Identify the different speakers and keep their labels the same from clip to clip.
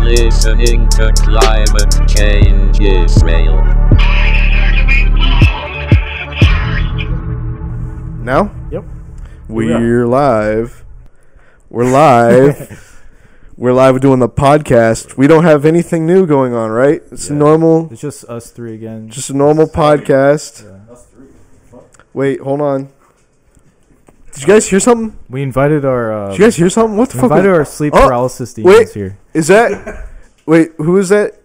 Speaker 1: listening to Climate Change Israel.
Speaker 2: Now
Speaker 3: Yep. we are.
Speaker 2: we're live. We're live. we're live doing the podcast. We don't have anything new going on, right? It's a
Speaker 3: Yeah.
Speaker 2: normal,
Speaker 3: It's just us three again.
Speaker 2: just a normal podcast.
Speaker 3: Yeah.
Speaker 2: Wait, hold on. Did you guys hear something?
Speaker 3: we invited our. Uh,
Speaker 2: Did you guys hear something? What the
Speaker 3: we
Speaker 2: fuck?
Speaker 3: invited
Speaker 2: was-
Speaker 3: our sleep
Speaker 2: Oh,
Speaker 3: paralysis
Speaker 2: wait.
Speaker 3: demons here.
Speaker 2: Is that? Wait, who is that?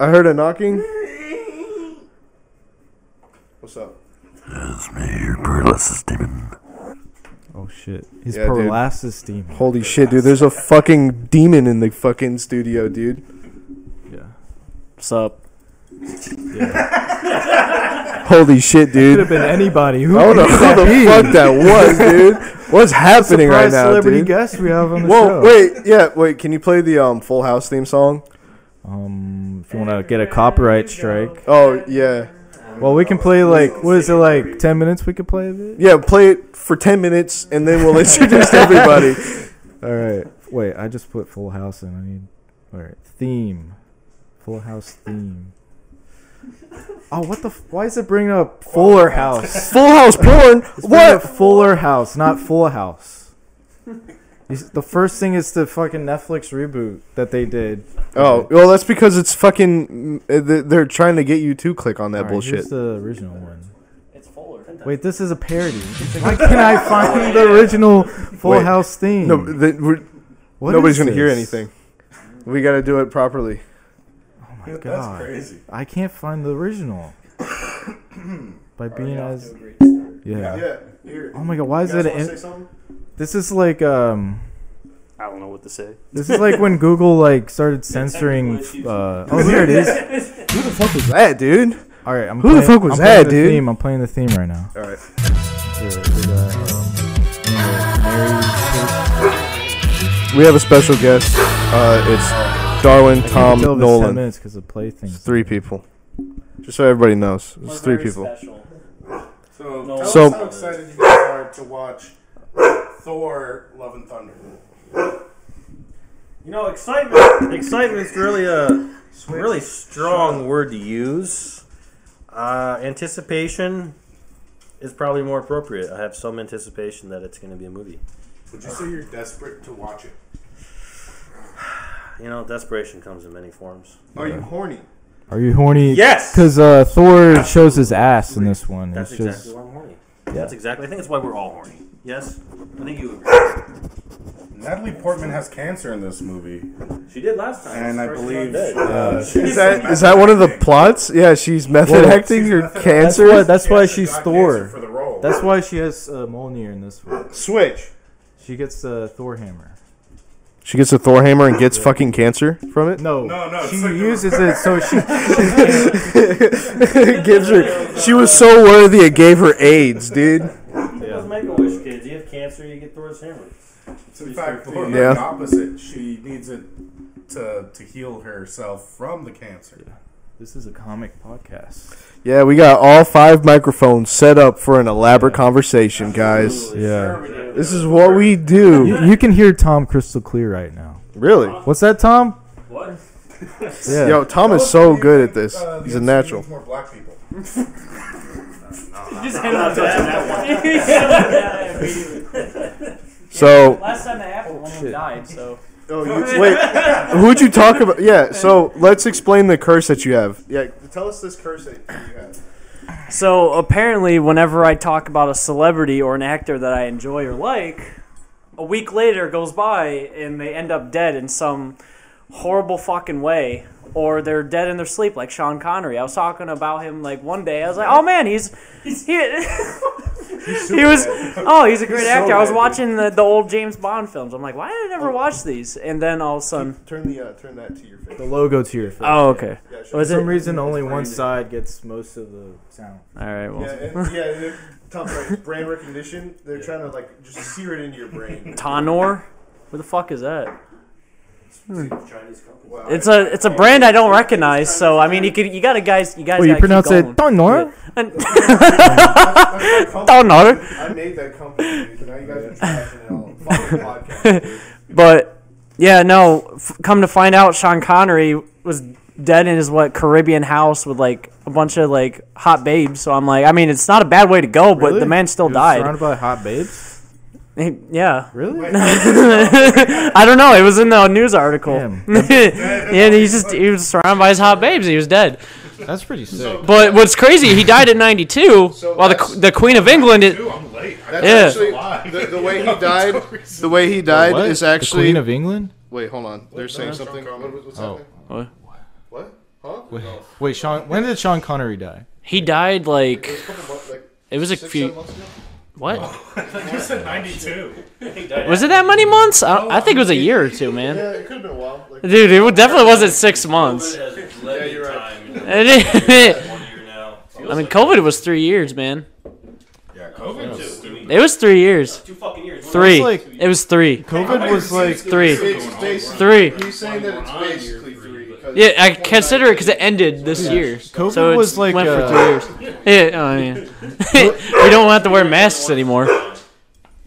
Speaker 2: I heard a knocking. What's up?
Speaker 3: Oh shit! His
Speaker 2: Yeah, dude.
Speaker 3: paralysis demon.
Speaker 2: Holy shit, dude! There's a fucking demon in the fucking studio, dude.
Speaker 3: Yeah.
Speaker 4: What's up?
Speaker 2: Holy shit,
Speaker 3: Could
Speaker 2: dude!
Speaker 3: have been anybody. Who
Speaker 2: I don't know
Speaker 3: could
Speaker 2: who
Speaker 3: that
Speaker 2: the
Speaker 3: be?
Speaker 2: fuck that was, dude. What's happening right
Speaker 3: Surprise
Speaker 2: now,
Speaker 3: celebrity
Speaker 2: dude?
Speaker 3: guest we have on the
Speaker 2: Whoa,
Speaker 3: show.
Speaker 2: wait, yeah, wait. Can you play the um Full House theme song?
Speaker 3: Um, if you want to get a copyright strike,
Speaker 2: Oh yeah,
Speaker 3: well, we can play like what is it like? Ten minutes? We could play of it.
Speaker 2: yeah. Play it for ten minutes, and then we'll introduce everybody.
Speaker 3: All right. Wait, I just put Full House in. I need. All right. Theme. Full House theme. Oh, what the? F- why is it bringing up Fuller House?
Speaker 2: Full House porn.
Speaker 3: What?
Speaker 2: What?
Speaker 3: Fuller House, not Full House. You s- the first thing is the fucking Netflix reboot that they did.
Speaker 2: Oh well, that's because it's fucking. uh, they- They're trying to get you to click on that
Speaker 3: Alright,
Speaker 2: bullshit.
Speaker 3: Here's the original one.
Speaker 4: It's Fuller.
Speaker 3: Wait, this is a parody. Why can't I find the original Full
Speaker 2: Wait.
Speaker 3: House theme?
Speaker 2: no, the, we're,
Speaker 3: What
Speaker 2: nobody's
Speaker 3: is
Speaker 2: gonna hear
Speaker 3: this?
Speaker 2: anything. We gotta do it properly.
Speaker 3: Oh my god,
Speaker 5: crazy.
Speaker 3: I can't find the original. By being as yeah.
Speaker 2: Here.
Speaker 3: Oh my god, why is it? In-
Speaker 2: something?
Speaker 3: this is like um.
Speaker 4: I don't know what to say.
Speaker 3: This is like when Google like started censoring. Uh, oh, here it is.
Speaker 2: Who the fuck was that, dude?
Speaker 3: All right, I'm
Speaker 2: Who the
Speaker 3: playing-
Speaker 2: fuck was
Speaker 3: I'm playing
Speaker 2: that,
Speaker 3: the
Speaker 2: dude?
Speaker 3: Theme. I'm playing the theme right now.
Speaker 2: All right. We have a special guest. Uh, it's Darwin, Tom,
Speaker 3: Until this ten
Speaker 2: Nolan.
Speaker 3: minutes because the play thing.
Speaker 2: It's three people. Just so everybody knows, it's three people.
Speaker 5: So,
Speaker 4: No.
Speaker 5: tell
Speaker 2: So-
Speaker 5: us how excited you guys are to watch Thor: Love and Thunder.
Speaker 4: You know, excitement. Excitement's really a really strong word to use. Uh, anticipation is probably more appropriate. I have some anticipation that it's going to be a movie.
Speaker 5: Would you say you're desperate to watch it?
Speaker 4: You know, desperation comes in many forms.
Speaker 2: Are you horny?
Speaker 3: Are you horny?
Speaker 4: Yes!
Speaker 3: Because uh, Thor shows his ass in this one.
Speaker 4: That's
Speaker 3: It's
Speaker 4: exactly
Speaker 3: just
Speaker 4: why I'm horny.
Speaker 3: Yeah.
Speaker 4: That's exactly. I think that's why we're all horny. Yes, I think you. agree.
Speaker 5: Natalie Portman has cancer in this movie,
Speaker 4: She did last time.
Speaker 5: and I
Speaker 4: First
Speaker 5: believe
Speaker 4: time dead.
Speaker 5: uh,
Speaker 2: Is that is that one of the plots? Yeah, she's method
Speaker 3: Well,
Speaker 2: acting or
Speaker 3: that's
Speaker 2: cancer.
Speaker 3: why. That's why
Speaker 5: Yes, she
Speaker 3: she's
Speaker 5: got cancer for
Speaker 3: Thor.
Speaker 5: the role.
Speaker 3: That's why she has uh, Mjolnir in this one.
Speaker 2: Switch.
Speaker 3: She gets the Thor hammer.
Speaker 2: She gets a Thor hammer and gets fucking cancer from it.
Speaker 3: No,
Speaker 5: No, no,
Speaker 3: She
Speaker 5: it's like the-
Speaker 3: uses it so she.
Speaker 2: it gives her. She was so worthy. It gave her AIDS, dude.
Speaker 4: Those make a wish kids. You have cancer, you get Thor's hammer.
Speaker 5: It's in fact the
Speaker 2: Yeah.
Speaker 5: opposite. She needs it to to heal herself from the cancer.
Speaker 3: This is a comic podcast.
Speaker 2: Yeah, we got all five microphones set up for an elaborate conversation, guys.
Speaker 3: Yeah.
Speaker 2: This is what we do.
Speaker 3: You, you can hear Tom crystal clear right now.
Speaker 2: Really?
Speaker 3: What's that, Tom?
Speaker 4: What?
Speaker 3: Yeah.
Speaker 2: Yo, Tom is so good at this.
Speaker 5: Uh, the
Speaker 2: He's a
Speaker 5: MCU
Speaker 2: natural.
Speaker 5: needs More black people.
Speaker 4: You just hit on that one.
Speaker 2: So,
Speaker 6: Last time that happened, one of them died, so.
Speaker 2: Oh, wait, who'd you talk about? Yeah, so let's explain the curse that you have. Yeah, tell us this curse that you have.
Speaker 6: So apparently, whenever I talk about a celebrity or an actor that I enjoy or like, a week later goes by and they end up dead in some horrible fucking way. Or they're dead in their sleep, like Sean Connery. I was talking about him like one day. I was like, "Oh man, he's he, he was oh he's a great actor." I was watching the, the old James Bond films. I'm like, "Why did I never watch these?" And then all of a sudden,
Speaker 2: Turn the uh, turn that to your face.
Speaker 3: The logo to your face.
Speaker 6: oh okay, was
Speaker 3: For
Speaker 6: it
Speaker 3: some reason, only one side gets most of the sound.
Speaker 6: all right? Well,
Speaker 2: yeah, top right, brain recognition. They're trying to like just sear it into your brain.
Speaker 6: Tanor? Where the fuck is that?
Speaker 4: Chinese company.
Speaker 2: Wow.
Speaker 6: It's a it's a brand I don't recognize, Oh, so I mean you could you gotta guys you guys.
Speaker 3: Well, Oh, you
Speaker 6: gotta keep
Speaker 3: pronounce it
Speaker 6: going.
Speaker 3: Tanor?
Speaker 6: Tanor.
Speaker 2: I made that company, dude. Now you guys are trashing it all. Fucking podcast.
Speaker 6: But Yeah, no. F- come to find out, Sean Connery was dead in his what Caribbean house with like a bunch of like hot babes. So I'm like, I mean, it's not a bad way to go, but the man still
Speaker 3: He was
Speaker 6: died.
Speaker 3: Surrounded by hot babes.
Speaker 6: He- yeah,
Speaker 3: Really?
Speaker 6: I don't know. It was in the news article.
Speaker 3: Damn.
Speaker 6: yeah, he's just he was surrounded by his hot babes. He was dead.
Speaker 3: That's pretty sick.
Speaker 6: But what's crazy, he died at 92,
Speaker 7: So
Speaker 6: while the
Speaker 7: that's-
Speaker 6: the Queen of England. Is,
Speaker 5: Ooh, I'm late. I
Speaker 7: That's
Speaker 6: Yeah.
Speaker 7: actually
Speaker 5: Why?
Speaker 7: the, the way he died. The way he
Speaker 3: What?
Speaker 7: died is
Speaker 3: the
Speaker 7: actually.
Speaker 3: Queen of England.
Speaker 7: wait, hold on. They're saying something. What, was- what's
Speaker 3: Oh.
Speaker 7: happening? What? Huh?
Speaker 3: Wait, wait, Sean. When did Sean Connery die?
Speaker 6: he died
Speaker 7: It was
Speaker 6: like
Speaker 7: a couple months, like
Speaker 6: it was a
Speaker 7: six,
Speaker 6: few.
Speaker 7: seven months ago.
Speaker 6: What
Speaker 5: Oh, You said 92.
Speaker 6: was it? That many months? I, I think it was a year or two, man.
Speaker 7: Yeah, it could have been a while. Like,
Speaker 6: Dude, it definitely wasn't six months.
Speaker 7: yeah, you're right.
Speaker 6: I mean, COVID was three years, man.
Speaker 5: Yeah, COVID was stupid.
Speaker 6: It was three years.
Speaker 4: Two fucking years.
Speaker 6: Three.
Speaker 3: like-
Speaker 6: It was three.
Speaker 3: COVID was like.
Speaker 6: Three.
Speaker 7: It's basically,
Speaker 6: Three.
Speaker 7: He's saying that it's basically three. 'cause
Speaker 6: Yeah, I
Speaker 7: 29
Speaker 6: consider it because it ended this year.
Speaker 3: COVID
Speaker 6: So it
Speaker 3: was like.
Speaker 6: went for
Speaker 3: uh,
Speaker 6: three years. Yeah, I mean, we don't have to wear masks anymore.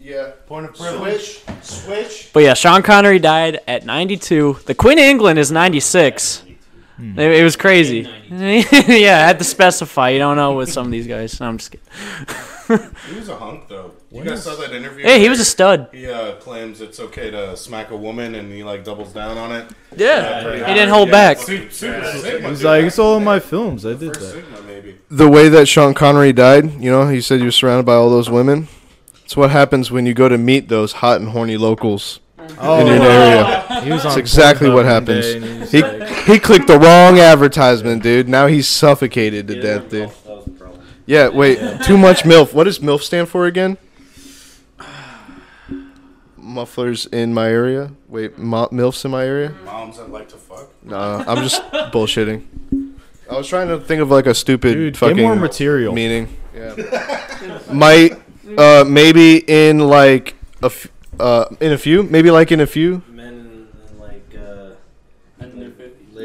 Speaker 7: Yeah. Point of privilege. Switch.
Speaker 6: But yeah, Sean Connery died at 92. The Queen of England is 96.
Speaker 3: Hmm.
Speaker 6: It, it was crazy. yeah, I had to specify. You don't know with some of these guys. No, I'm just kidding.
Speaker 5: He was a hunk, though. You guys saw that interview?
Speaker 6: Hey, he was a stud.
Speaker 5: He uh, claims it's okay to smack a woman, and he like doubles down on it.
Speaker 6: Yeah, he didn't hold back.
Speaker 5: Super, super
Speaker 3: It
Speaker 5: Sigma,
Speaker 3: was
Speaker 5: dude.
Speaker 3: like it's all in my films. I did that.
Speaker 5: Sigma, maybe.
Speaker 2: The way that Sean Connery died, you know, he said you were surrounded by all those women. It's what happens when you go to meet those hot and horny locals in your
Speaker 3: Oh,
Speaker 2: area.
Speaker 3: he was on.
Speaker 2: That's exactly
Speaker 3: Pornhub
Speaker 2: what
Speaker 3: one day
Speaker 2: happens.
Speaker 3: and he was
Speaker 2: He
Speaker 3: like-
Speaker 2: he clicked the wrong advertisement, dude. Now he's suffocated to death, dude. Yeah, wait. Too much MILF. What does MILF stand for again? Mufflers in my area. Wait, mo- MILFs in my area?
Speaker 5: Moms that like to fuck.
Speaker 2: Nah, I'm just bullshitting. I was trying to think of like a stupid
Speaker 3: Dude, get
Speaker 2: fucking
Speaker 3: more material.
Speaker 2: meaning. Yeah. Might uh maybe in like a f- uh in a few, maybe like in a few.
Speaker 4: Men in like uh,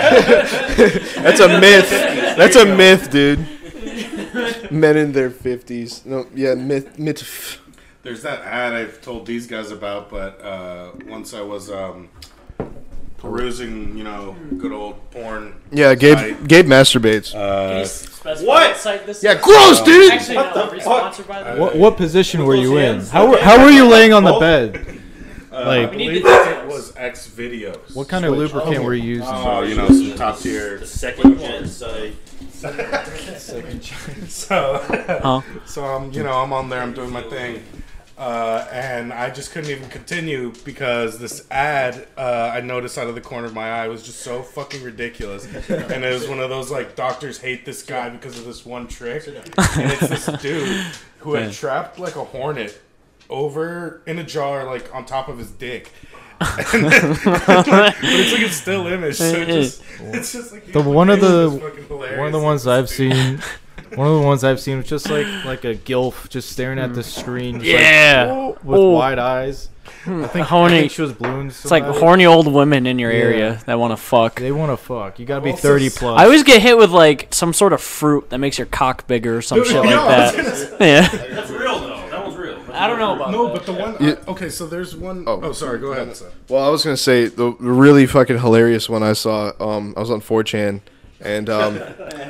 Speaker 2: That's a myth. That's a myth, dude. Men in their 50s. No, yeah, myth myth.
Speaker 5: There's that ad I've told these guys about, but uh, once I was um, perusing, you know, good old porn.
Speaker 2: Yeah, Gabe
Speaker 5: site,
Speaker 2: Gabe masturbates. Uh,
Speaker 5: Uh,
Speaker 4: What?
Speaker 2: yeah, gross, dude.
Speaker 6: Actually, no, we sponsored by the.
Speaker 3: What, what position were you in? How were, how were you laying on the bed?
Speaker 5: I
Speaker 3: Like,
Speaker 5: believe it was X videos.
Speaker 3: what kind of lubricant were you using?
Speaker 5: Oh, you know, some top tier.
Speaker 4: The second gen site.
Speaker 5: So,
Speaker 6: Huh?
Speaker 5: so I'm, you know, I'm on there. I'm doing my thing, uh, and I just couldn't even continue because this ad uh, I noticed out of the corner of my eye was just so fucking ridiculous, and it was one of those like doctors hate this guy because of this one trick, and it's this dude who had trapped like a hornet over in a jar like on top of his dick. And then- but it's like a still image, so it just, it's just like
Speaker 3: The one of the- One
Speaker 5: one
Speaker 3: of the ones I've seen. One of the ones I've seen was just like like a gilf just staring at the screen. just like,
Speaker 6: Mm. Yeah.
Speaker 3: with
Speaker 6: Oh.
Speaker 3: wide eyes. I
Speaker 6: Horny.
Speaker 3: think she was balloon.
Speaker 6: It's like horny old women in your area that want to fuck.
Speaker 3: They want to fuck. You gotta be
Speaker 5: also
Speaker 3: thirty
Speaker 5: s-
Speaker 3: plus.
Speaker 6: I always get hit with like some sort of fruit that makes your cock bigger or some shit like that. Yeah.
Speaker 4: That's real though. That one's real.
Speaker 6: I don't know about
Speaker 5: No, but the one. uh,
Speaker 2: Yeah.
Speaker 5: okay, so there's one
Speaker 2: Oh.
Speaker 5: oh sorry, go ahead.
Speaker 2: Well, I was gonna say the really fucking hilarious one I saw. Um, I was on 4chan, and um,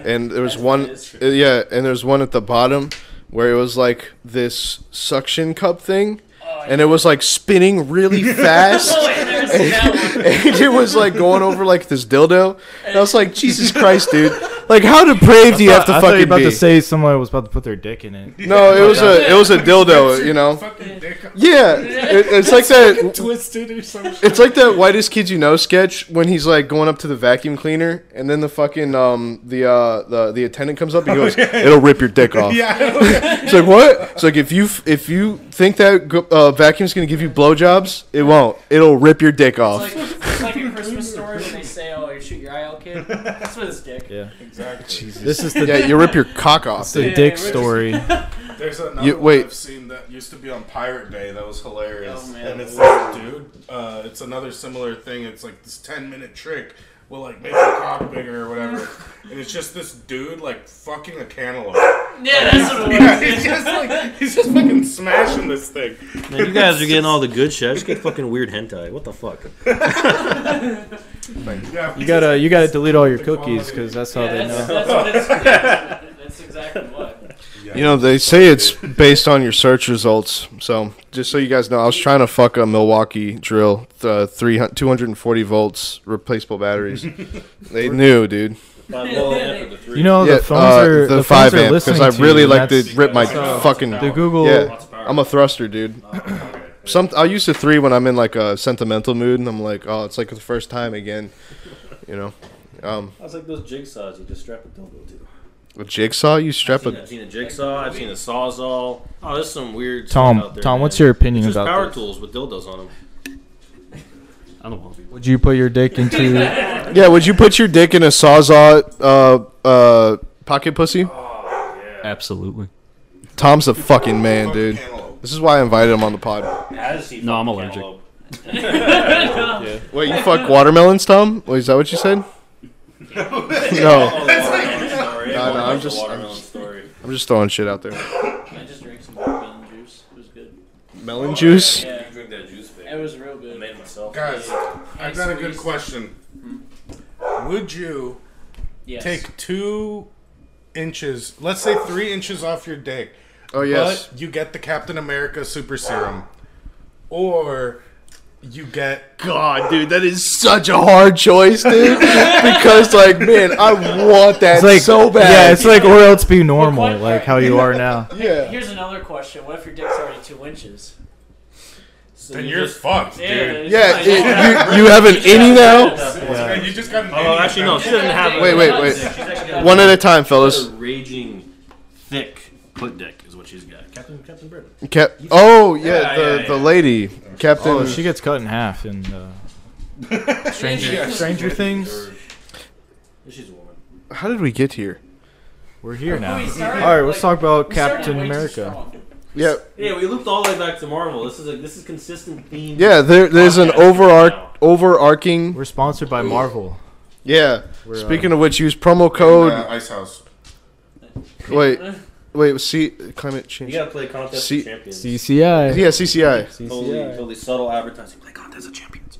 Speaker 2: and there was one, uh, yeah, and there's one at the bottom where it was like this suction cup thing, and it was like spinning really fast. and it was like going over like this dildo, and I was like, Jesus Christ, dude! Like, how depraved do you have to
Speaker 3: I thought you were
Speaker 2: fucking
Speaker 3: about
Speaker 2: be?
Speaker 3: to say someone was about to put their dick in it.
Speaker 2: no, it was a it was a dildo, you know.
Speaker 5: Fucking dick up
Speaker 2: Yeah, it, it's like that.
Speaker 5: twisted or some shit.
Speaker 2: It's like that whitest kids you know sketch when he's like going up to the vacuum cleaner and then the fucking um the uh the, the attendant comes up and goes it'll rip your dick off.
Speaker 5: Yeah,
Speaker 2: It's like what? It's like if you f- if you think that go- uh, vacuum's gonna give you blowjobs, it won't. It'll rip your dick off.
Speaker 6: it's like a Christmas story when they say, "Oh, you shoot your eye out, kid." That's with his dick.
Speaker 3: Yeah,
Speaker 5: exactly.
Speaker 3: this is the
Speaker 2: yeah, you rip your cock off.
Speaker 3: it's the
Speaker 2: dude.
Speaker 3: dick story.
Speaker 5: There's another
Speaker 2: You-
Speaker 5: one
Speaker 2: wait.
Speaker 5: I've seen that used to be on Pirate Bay that was hilarious.
Speaker 6: Oh, man.
Speaker 5: and it's this dude. Uh, it's another similar thing. It's like this ten minute trick will like make the cock bigger or whatever. And it's just this dude like fucking a cantaloupe.
Speaker 8: Yeah, that's what it was.
Speaker 5: Yeah, he's just like he's just fucking smashing this thing.
Speaker 4: Man, you guys are getting all the good shit. I just get fucking weird hentai. What the fuck?
Speaker 5: Yeah,
Speaker 3: You gotta uh, you gotta delete all your
Speaker 5: The
Speaker 3: cookies
Speaker 5: quality.
Speaker 3: because that's how
Speaker 6: Yeah,
Speaker 3: they
Speaker 6: that's,
Speaker 3: know.
Speaker 6: that's, what it's, that's, that's exactly what.
Speaker 2: You know, they say it's based on your search results. So, just so you guys know, I was trying to fuck a Milwaukee drill, uh, 300, 240 volts replaceable batteries. they knew, dude.
Speaker 3: You know
Speaker 2: Yeah,
Speaker 3: the phones
Speaker 2: uh,
Speaker 3: are the, phones
Speaker 2: five
Speaker 3: are
Speaker 2: amp
Speaker 3: listening
Speaker 2: I
Speaker 3: to
Speaker 2: really
Speaker 3: you,
Speaker 2: like to
Speaker 3: that's-
Speaker 2: rip my
Speaker 3: so-
Speaker 2: fucking.
Speaker 3: the Google.
Speaker 2: Yeah, I'm a thruster, dude. Some I use the three when I'm in like a sentimental mood, and I'm like, oh, it's like the first time again, you know. Um,
Speaker 4: That's like those jigsaws you just strap a dildo to.
Speaker 2: a jigsaw, you strap
Speaker 4: I've
Speaker 2: a.
Speaker 4: seen a jigsaw. I've seen a sawzall. Oh, there's some weird.
Speaker 3: Tom,
Speaker 4: stuff out there,
Speaker 3: Tom,
Speaker 4: man.
Speaker 3: what's your opinion
Speaker 4: It's just
Speaker 3: about
Speaker 4: power
Speaker 3: this?
Speaker 4: tools with dildos on them? I don't want
Speaker 3: Would you put your dick into?
Speaker 2: Yeah, would you put your dick in a sawzall uh, uh, pocket pussy?
Speaker 9: Absolutely.
Speaker 2: Tom's a fucking man, dude.
Speaker 5: Cantaloupe.
Speaker 2: This is why I invited him on the pod.
Speaker 9: No, I'm allergic.
Speaker 2: Wait, you fuck watermelons, Tom? Wait, is that what you said? no,
Speaker 4: No,
Speaker 2: no, I'm just-
Speaker 4: Watermelon story.
Speaker 2: I'm just throwing shit out there.
Speaker 8: I just drank some watermelon juice. It was good.
Speaker 2: Melon juice.
Speaker 8: Yeah,
Speaker 4: Drink that juice, babe.
Speaker 8: it was real good.
Speaker 4: Made myself.
Speaker 5: Guys, I've got a good question. Would you
Speaker 8: Yes.
Speaker 5: take two inches, let's say three inches off your dick,
Speaker 2: Oh yes.
Speaker 5: but you get the Captain America super serum, or you get
Speaker 2: God, dude, that is such a hard choice, dude. because like, man, I want that
Speaker 3: It's like
Speaker 2: so
Speaker 3: Yeah,
Speaker 2: bad.
Speaker 3: it's like or else be normal,
Speaker 6: Well, quite
Speaker 3: like
Speaker 6: right.
Speaker 3: how you are now.
Speaker 2: Yeah.
Speaker 6: Here's another question: What if your dick's already two inches?
Speaker 5: then you're fucked, dude.
Speaker 2: Yeah,
Speaker 6: it's like-
Speaker 2: it, you, you have an innie now.
Speaker 5: Man, you just got an
Speaker 4: Oh, actually, no. She doesn't have. a-
Speaker 2: Wait, wait, wait. One at a time,
Speaker 4: She's
Speaker 2: fellas.
Speaker 4: got a raging, thick put dick is what she's got. Captain Captain Britain.
Speaker 2: Cap- oh yeah,
Speaker 4: Yeah,
Speaker 2: the
Speaker 4: yeah,
Speaker 2: the
Speaker 4: yeah.
Speaker 2: lady, Captain.
Speaker 3: Oh, she gets cut in half in uh, Stranger Stranger Things.
Speaker 4: She's a woman.
Speaker 2: How did we get here?
Speaker 3: We're here now.
Speaker 6: We
Speaker 3: All
Speaker 6: started,
Speaker 3: right, let's
Speaker 6: like,
Speaker 3: talk about
Speaker 6: we started
Speaker 3: Captain
Speaker 6: way too
Speaker 3: America.
Speaker 6: strong.
Speaker 2: Yeah,
Speaker 4: Yeah, we looped all the way back to Marvel. This is a this is consistent theme.
Speaker 2: yeah. There, there's an
Speaker 4: Podcast right
Speaker 2: overarch,
Speaker 4: now.
Speaker 2: overarching
Speaker 3: We're sponsored by Marvel.
Speaker 2: Yeah.
Speaker 3: We're,
Speaker 2: Speaking of which, use promo code.
Speaker 5: uh, ice house.
Speaker 2: wait, wait. See, climate
Speaker 4: You
Speaker 2: change.
Speaker 4: gotta play contest
Speaker 2: See-
Speaker 4: of champions.
Speaker 3: CCI.
Speaker 2: Yeah, CCI.
Speaker 4: Totally,
Speaker 3: CCI.
Speaker 4: totally subtle advertising. Play contest of champions.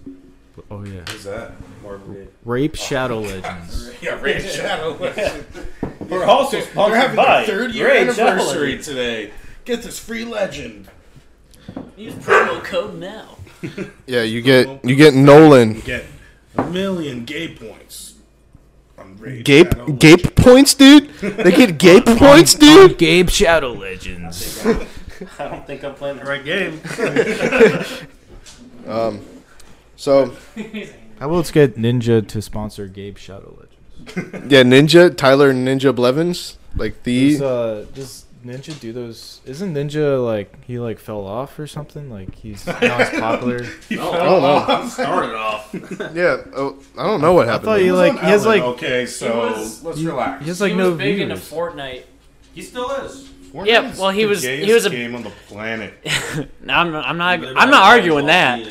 Speaker 3: Oh yeah.
Speaker 5: Who's that?
Speaker 4: Marvel. did.
Speaker 3: Rape Shadow Legends.
Speaker 5: Yeah, Raid Shadow.
Speaker 4: We're also
Speaker 5: They're
Speaker 4: sponsored
Speaker 5: having
Speaker 4: by
Speaker 5: their third year
Speaker 4: Raid Shadow
Speaker 5: anniversary
Speaker 4: Legends.
Speaker 5: today. Get this free legend.
Speaker 6: Use promo code now.
Speaker 2: Yeah, you get you get Nolan.
Speaker 5: Get a million gay points. On Raid
Speaker 2: Gape
Speaker 5: Shadow.
Speaker 2: gape points, dude. They get gape points, dude.
Speaker 3: Gabe Shadow Legends.
Speaker 4: I don't think I'm playing the right game.
Speaker 2: So
Speaker 3: How about let's get Ninja to sponsor Gabe Shadow Legends?
Speaker 2: yeah, Ninja Tyler Ninja Blevins, like the
Speaker 3: Does, uh, does Ninja do those? Isn't Ninja like he like fell off or something? Like he's not as popular.
Speaker 2: I don't know.
Speaker 4: Oh, Started off.
Speaker 2: Yeah, oh, I don't know what
Speaker 3: I
Speaker 2: happened.
Speaker 3: thought he
Speaker 2: there.
Speaker 3: like he has
Speaker 5: Ellen,
Speaker 3: like
Speaker 5: okay, so
Speaker 6: was-
Speaker 5: let's
Speaker 3: he,
Speaker 5: relax.
Speaker 3: he has
Speaker 6: Like
Speaker 3: like
Speaker 6: he
Speaker 3: no
Speaker 6: was big into
Speaker 3: views.
Speaker 6: Fortnite.
Speaker 4: He still is.
Speaker 5: Fortnite
Speaker 6: Yeah,
Speaker 5: is
Speaker 6: well, he
Speaker 5: the
Speaker 6: was- he
Speaker 5: gayest
Speaker 6: was a-
Speaker 5: game on the planet.
Speaker 6: No, I'm, I'm not. I'm not arguing that.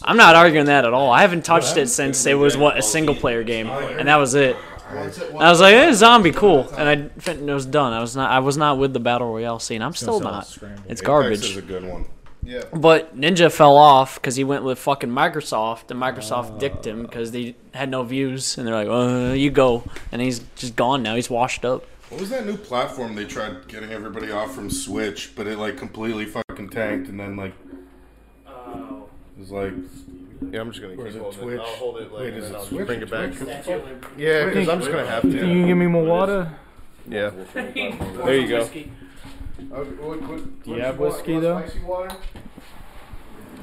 Speaker 6: I'm not arguing that at all. I haven't touched it since it was what a single player game, and that was it. And I was like, eh, zombie, cool, and I fin- it was done. I was not. I was not with the battle royale scene. I'm still not. It's
Speaker 5: Apex is
Speaker 6: garbage.
Speaker 5: a good one.
Speaker 6: But Ninja fell off because he went with fucking Microsoft, and Microsoft dicked him because they had no views, and they're like, uh, you go, and he's just gone now. He's washed up.
Speaker 5: What was that new platform they tried getting everybody off from Switch, but it like completely fucking tanked, and then like it was like
Speaker 2: yeah, I'm just gonna
Speaker 5: Or is
Speaker 2: keep
Speaker 5: it
Speaker 2: holding
Speaker 5: Twitch?
Speaker 2: I'll hold it like,
Speaker 5: Wait, is
Speaker 2: and
Speaker 5: it
Speaker 2: I'll
Speaker 5: Switch
Speaker 2: bring
Speaker 5: or
Speaker 2: it back.
Speaker 5: Twitch?
Speaker 2: Yeah, because I'm just gonna have
Speaker 3: Can you
Speaker 2: to.
Speaker 3: give me more water?
Speaker 2: Yeah.
Speaker 6: There
Speaker 2: you go. Uh,
Speaker 3: Do you have whiskey though?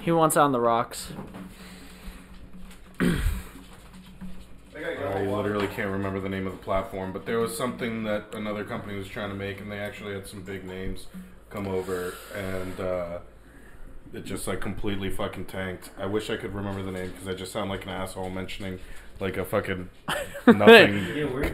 Speaker 6: He wants on the rocks.
Speaker 5: I literally can't remember the name of the platform, but there was something that another company was trying to make, and they actually had some big names come over, and uh, it just like completely fucking tanked. I wish I could remember the name because I just sound like an asshole mentioning like a fucking nothing.
Speaker 4: Yeah, we're,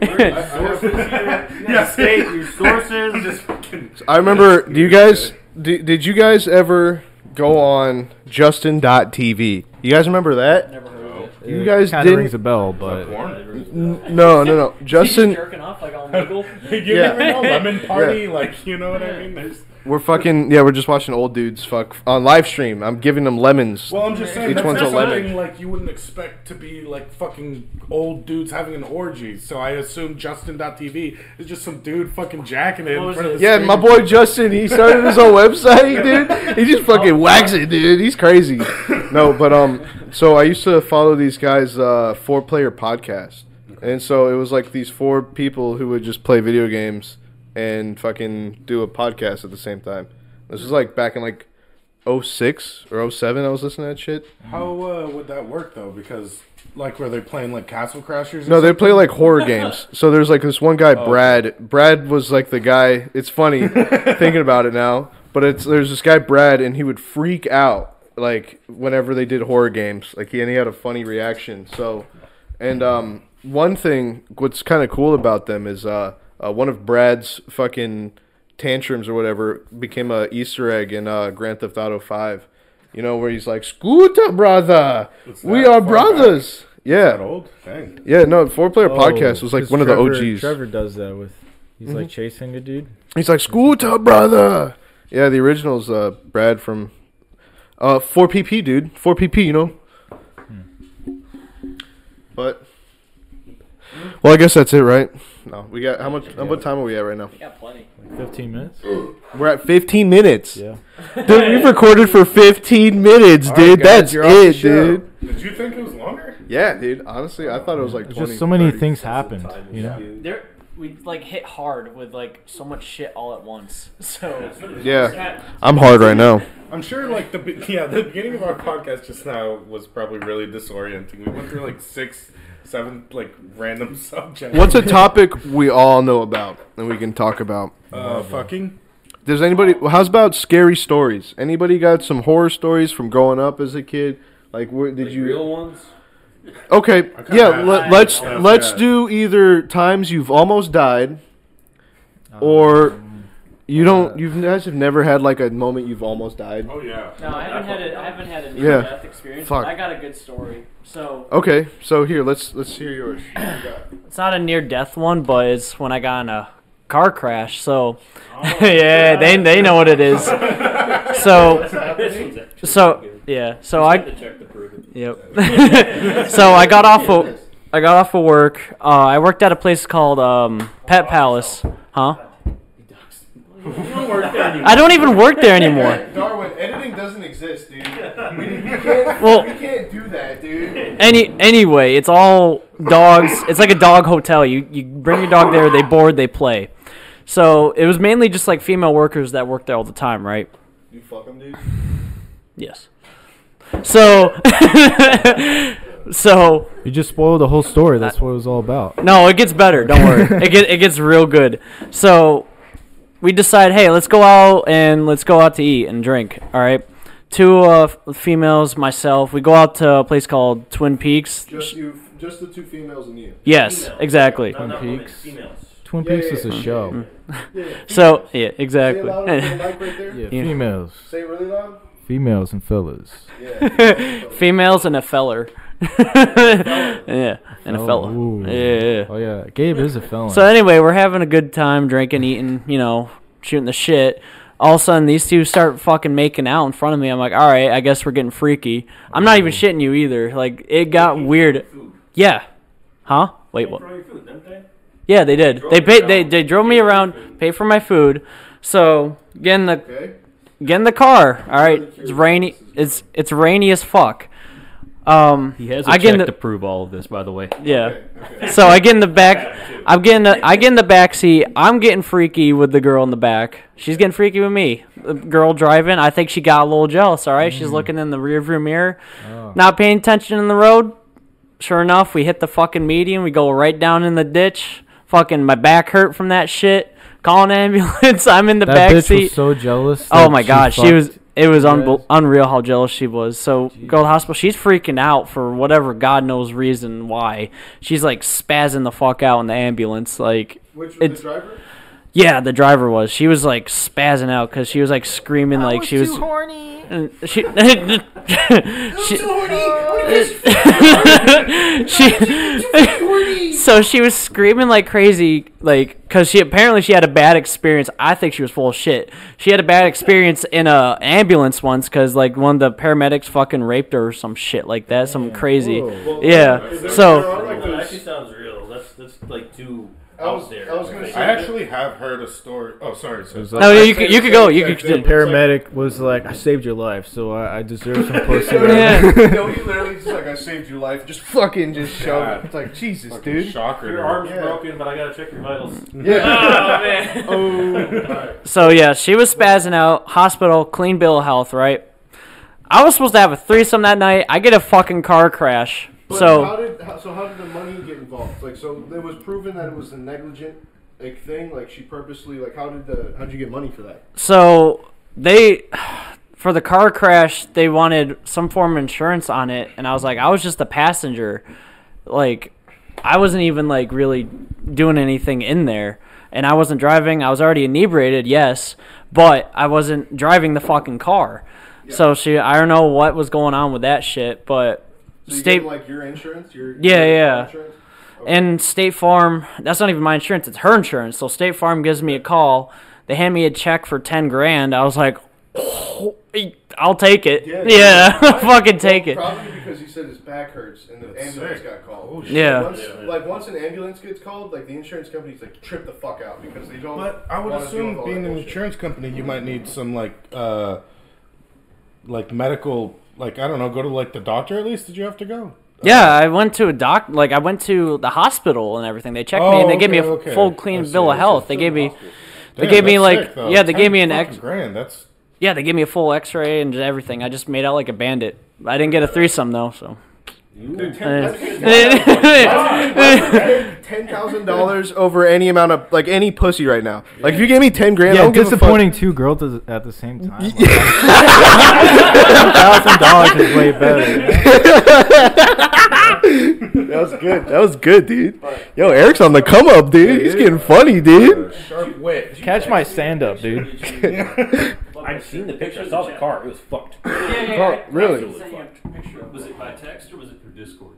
Speaker 4: we're sources here. You gotta state your sources. Just fucking.
Speaker 2: I remember. Do you guys? Did, did you guys ever go on Justin.tv? You guys remember that?
Speaker 6: Never heard of it.
Speaker 2: You
Speaker 3: It
Speaker 2: guys
Speaker 3: kinda
Speaker 2: didn't-
Speaker 3: rings a bell, but
Speaker 2: N- No, no, no. Justin,
Speaker 6: jerking off like all legal.
Speaker 5: you
Speaker 2: Yeah.
Speaker 5: never know, lemon party,
Speaker 2: Yeah.
Speaker 5: like you know what I mean. There's,
Speaker 2: we're fucking. Yeah, we're just watching old dudes fuck on live stream. I'm giving them lemons.
Speaker 5: well, I'm just saying
Speaker 2: Each
Speaker 5: that's
Speaker 2: one's
Speaker 5: not
Speaker 2: a lemon.
Speaker 5: something like you wouldn't expect to be like fucking old dudes having an orgy. So I assume Justin.tv is just some dude fucking jacking it in
Speaker 6: was
Speaker 5: front of
Speaker 6: it?
Speaker 5: the
Speaker 2: Yeah,
Speaker 5: screen.
Speaker 2: my boy Justin, he started his own website, dude. He just fucking whacks it, dude. He's crazy. No, but um, so I used to follow these guys, uh, four player podcast, and so it was like these four people who would just play video games and fucking do a podcast at the same time. This was like back in like 06 or 07 I was listening to that shit.
Speaker 5: How uh, would that work though? Because like, were they playing like Castle Crashers? or Oh.
Speaker 2: No, they play like horror games. So there's like this one guy, Brad. Brad was like the guy. It's funny thinking about it now, but it's there's this guy Brad, and he would freak out like whenever they did horror games. Like he and he had a funny reaction. So, and um, one thing what's kind of cool about them is uh, uh one of Brad's fucking tantrums or whatever became a Easter egg in uh, Grand Theft Auto Five. You know where he's like, "Scooter brother, we
Speaker 5: that
Speaker 2: are
Speaker 5: far back?
Speaker 2: brothers." Yeah.
Speaker 5: something? old thing.
Speaker 2: Yeah, no, four player
Speaker 3: Oh, Mm-hmm.
Speaker 2: podcast was like
Speaker 3: 'cause
Speaker 2: one of
Speaker 3: Trevor-
Speaker 2: the OGs.
Speaker 3: Trevor does that with he's like chasing a dude.
Speaker 2: He's like Scooter brother. Yeah, the original's uh Brad from uh 4PP dude. 4PP, you know.
Speaker 3: Hmm.
Speaker 2: But Well, I guess that's it, right? No. We got how much how what time are we at right now?
Speaker 6: We got plenty.
Speaker 3: Like Fifteen minutes.
Speaker 2: We're at 15 minutes.
Speaker 3: Yeah.
Speaker 2: Dude, we've recorded for 15 minutes,
Speaker 3: All right,
Speaker 2: dude.
Speaker 3: guys,
Speaker 2: that's
Speaker 3: you're off the
Speaker 2: it,
Speaker 3: show.
Speaker 2: dude.
Speaker 5: Did you think it was longer?
Speaker 2: Yeah, dude. Honestly, I thought it was like 20.
Speaker 3: Just so many
Speaker 2: 30.
Speaker 3: things happened. You know.
Speaker 6: There, we like hit hard with like so much shit all at once. So
Speaker 2: Yeah. I'm hard right now.
Speaker 5: I'm sure, like the be- yeah, the beginning of our podcast just now was probably really disorienting. We went through like six, seven like random subjects.
Speaker 2: What's a topic we all know about and we can talk about?
Speaker 5: uh, fucking?
Speaker 2: Does anybody? well, How's about scary stories? Anybody got some horror stories from growing up as a kid? Like, where did you?
Speaker 10: real ones.
Speaker 2: Okay,
Speaker 5: kinda
Speaker 2: yeah.
Speaker 5: have-
Speaker 2: Let, let's
Speaker 5: I have
Speaker 2: let's
Speaker 5: that.
Speaker 2: do either times you've almost died, or you don't. You guys have never had like a moment you've almost died.
Speaker 5: Oh yeah.
Speaker 6: no, I haven't had a, I haven't had a near
Speaker 2: Yeah.
Speaker 6: death experience.
Speaker 2: Fuck.
Speaker 6: But I got a good story. So
Speaker 2: Okay, so here let's let's hear yours.
Speaker 6: It's not a near death one, but it's when I got in a car crash. So, Oh, yeah, they they know what it is. so, so yeah, so I yep. so I got off of I got off of work. Uh, I worked at a place called um, Pet Palace, huh? I don't even work there anymore.
Speaker 2: Darwin, editing doesn't exist, dude. We,
Speaker 6: Well- we
Speaker 2: can't do that, dude.
Speaker 6: Any anyway, it's all dogs. It's like a dog hotel. You you bring your dog there, they board, they play. So it was mainly just like female workers that worked there all the time, right?
Speaker 2: You fuck him, dude.
Speaker 6: Yes. So so
Speaker 3: You just spoiled the whole story. That's what it was all about.
Speaker 6: no, it gets better. Don't worry. It get, it gets real good. So we decide, hey, let's go out and let's go out to eat and drink. All right. Two uh, f- females, myself. We go out to a place called Twin Peaks.
Speaker 2: Just you, just the two females and you.
Speaker 6: Yes, exactly.
Speaker 3: Twin Peaks. Twin Peaks is a show.
Speaker 6: So yeah,
Speaker 2: Say it
Speaker 6: exactly.
Speaker 2: loud into the mic right there.
Speaker 3: Yeah, females,
Speaker 2: Say it really loud.
Speaker 3: females and fellas.
Speaker 6: Females and a feller. yeah, and a
Speaker 3: Oh,
Speaker 6: fella.
Speaker 3: ooh.
Speaker 6: Yeah, yeah, yeah.
Speaker 3: Oh yeah, Gabe is a felon.
Speaker 6: So anyway, we're having a good time drinking, eating, you know, shooting the shit. All of a sudden, these two start fucking making out in front of me. I'm like, all right, I guess we're getting freaky. I'm not
Speaker 3: Mm.
Speaker 6: even shitting you either. Like, it got weird. Yeah. Huh? Wait, what? Yeah, they did. They paid. They they drove me around, paid for my food. So get in the get in the car. All right, it's rainy. It's it's rainy as fuck. Um,
Speaker 11: He has a
Speaker 6: I
Speaker 11: check
Speaker 6: get in
Speaker 11: to
Speaker 6: the
Speaker 11: prove all of this, by the way.
Speaker 6: yeah. So I get in the back. I'm getting the, I get in the back seat. I'm getting freaky with the girl in the back. She's getting freaky with me. The girl driving. I think she got a little jealous. All right, she's
Speaker 11: Mm.
Speaker 6: looking in the rearview mirror,
Speaker 11: Oh.
Speaker 6: not paying attention in the road. Sure enough, we hit the fucking median. We go right down in the ditch. Fucking my back hurt from that shit. Call an ambulance. I'm in the
Speaker 3: that
Speaker 6: back
Speaker 3: bitch
Speaker 6: seat.
Speaker 3: was so jealous.
Speaker 6: Oh
Speaker 3: that
Speaker 6: my god, she
Speaker 3: fucked-
Speaker 6: was. It was unbel
Speaker 3: Yes.
Speaker 6: unreal how jealous she was. So go to the hospital. She's freaking out for whatever God knows reason why. She's like spazzing the fuck out in the ambulance. Like
Speaker 2: Which
Speaker 6: It's-
Speaker 2: the driver?
Speaker 6: yeah, the driver was. She was like spazzing out because she was like screaming like she was.
Speaker 3: horny.
Speaker 6: and she, she- she, so she was screaming like crazy, like because she apparently she had a bad experience. I think she was full of shit. She had a bad experience in a ambulance once because like one of the paramedics fucking raped her or some shit like that, some crazy. Yeah. So
Speaker 12: that actually sounds real. That's that's like too
Speaker 13: I was-
Speaker 12: out there.
Speaker 13: I was gonna say-
Speaker 5: I actually have heard a story. Oh, sorry. sorry.
Speaker 3: was like-
Speaker 6: no, you could you could go. You could
Speaker 3: The paramedic was like, "I saved your life, so I, I deserve some pussy."
Speaker 6: Yeah.
Speaker 2: no, he literally just like I saved your life. Just fucking just shove it. It's like Jesus,
Speaker 5: Fucking
Speaker 2: dude.
Speaker 5: Shocker.
Speaker 12: Your
Speaker 5: dude.
Speaker 12: arm's broken, but I gotta check your vitals.
Speaker 2: Oh,
Speaker 6: Oh,
Speaker 13: Oh.
Speaker 6: So yeah, she was spazzing out. Hospital, clean bill of health, right? I was supposed to have a threesome that night. I get a fucking car crash.
Speaker 13: But
Speaker 6: so
Speaker 13: how did how, so how did the money get involved? Like so, it was proven that it was a negligent like thing. Like she purposely like how did the how did you get money for that?
Speaker 6: so they for the car crash they wanted some form of insurance on it and i was like i was just a passenger like i wasn't even like really doing anything in there and i wasn't driving i was already inebriated yes but i wasn't driving the fucking car so she i don't know what was going on with that shit but
Speaker 13: So you
Speaker 6: State-
Speaker 13: gave, like your insurance, your
Speaker 6: Yeah, yeah.
Speaker 13: Insurance?
Speaker 6: And State Farm, that's not even my insurance, it's her insurance. So State Farm gives me a call. They hand me a check for 10 grand. I was like, oh, I'll take it.
Speaker 13: Yeah,
Speaker 6: Yeah,
Speaker 13: yeah.
Speaker 6: fucking take it.
Speaker 13: Probably because he said his back hurts and the ambulance got called.
Speaker 6: Yeah.
Speaker 13: Once, Like once an ambulance gets called, like the insurance companies like trip the fuck out because they don't.
Speaker 5: But I would
Speaker 13: wanna deal with
Speaker 5: assume
Speaker 13: all
Speaker 5: being
Speaker 13: that
Speaker 5: an
Speaker 13: bullshit.
Speaker 5: insurance company, you might need some like, uh, like medical, like I don't know, go to like the doctor at least. Did you have to go?
Speaker 6: Yeah, I went to a doc, like, I went to the hospital and everything. They checked me
Speaker 5: Oh,
Speaker 6: and they gave me a
Speaker 5: okay, okay.
Speaker 6: full,
Speaker 5: I
Speaker 6: clean
Speaker 5: see,
Speaker 6: bill
Speaker 5: I
Speaker 6: of
Speaker 5: see.
Speaker 6: health. They
Speaker 5: Still
Speaker 6: gave me. They
Speaker 5: Damn,
Speaker 6: gave me
Speaker 5: that's
Speaker 6: like
Speaker 5: sick, though.
Speaker 6: yeah, they
Speaker 5: 10
Speaker 6: gave me an
Speaker 5: fucking
Speaker 6: X
Speaker 5: grand. That's
Speaker 6: yeah, they gave me a full X-ray and everything. I just made out like a bandit. I didn't get a threesome though, so Uh,
Speaker 2: Ten thousand dollars over any amount of like any pussy right now. Like if you gave me ten grand, I
Speaker 14: Yeah,
Speaker 2: don't give a fuck.
Speaker 14: disappointing two girls at the- at the same time. Thousand dollars is way better.
Speaker 2: That was good. That was good, dude. Yo, Eric's on the come up, dude. He's getting funny, dude.
Speaker 5: sharp wit.
Speaker 3: Catch my stand up, dude.
Speaker 12: I've seen the picture. I saw the car. It was fucked.
Speaker 2: Oh, really?
Speaker 10: Was it by text or was it through Discord?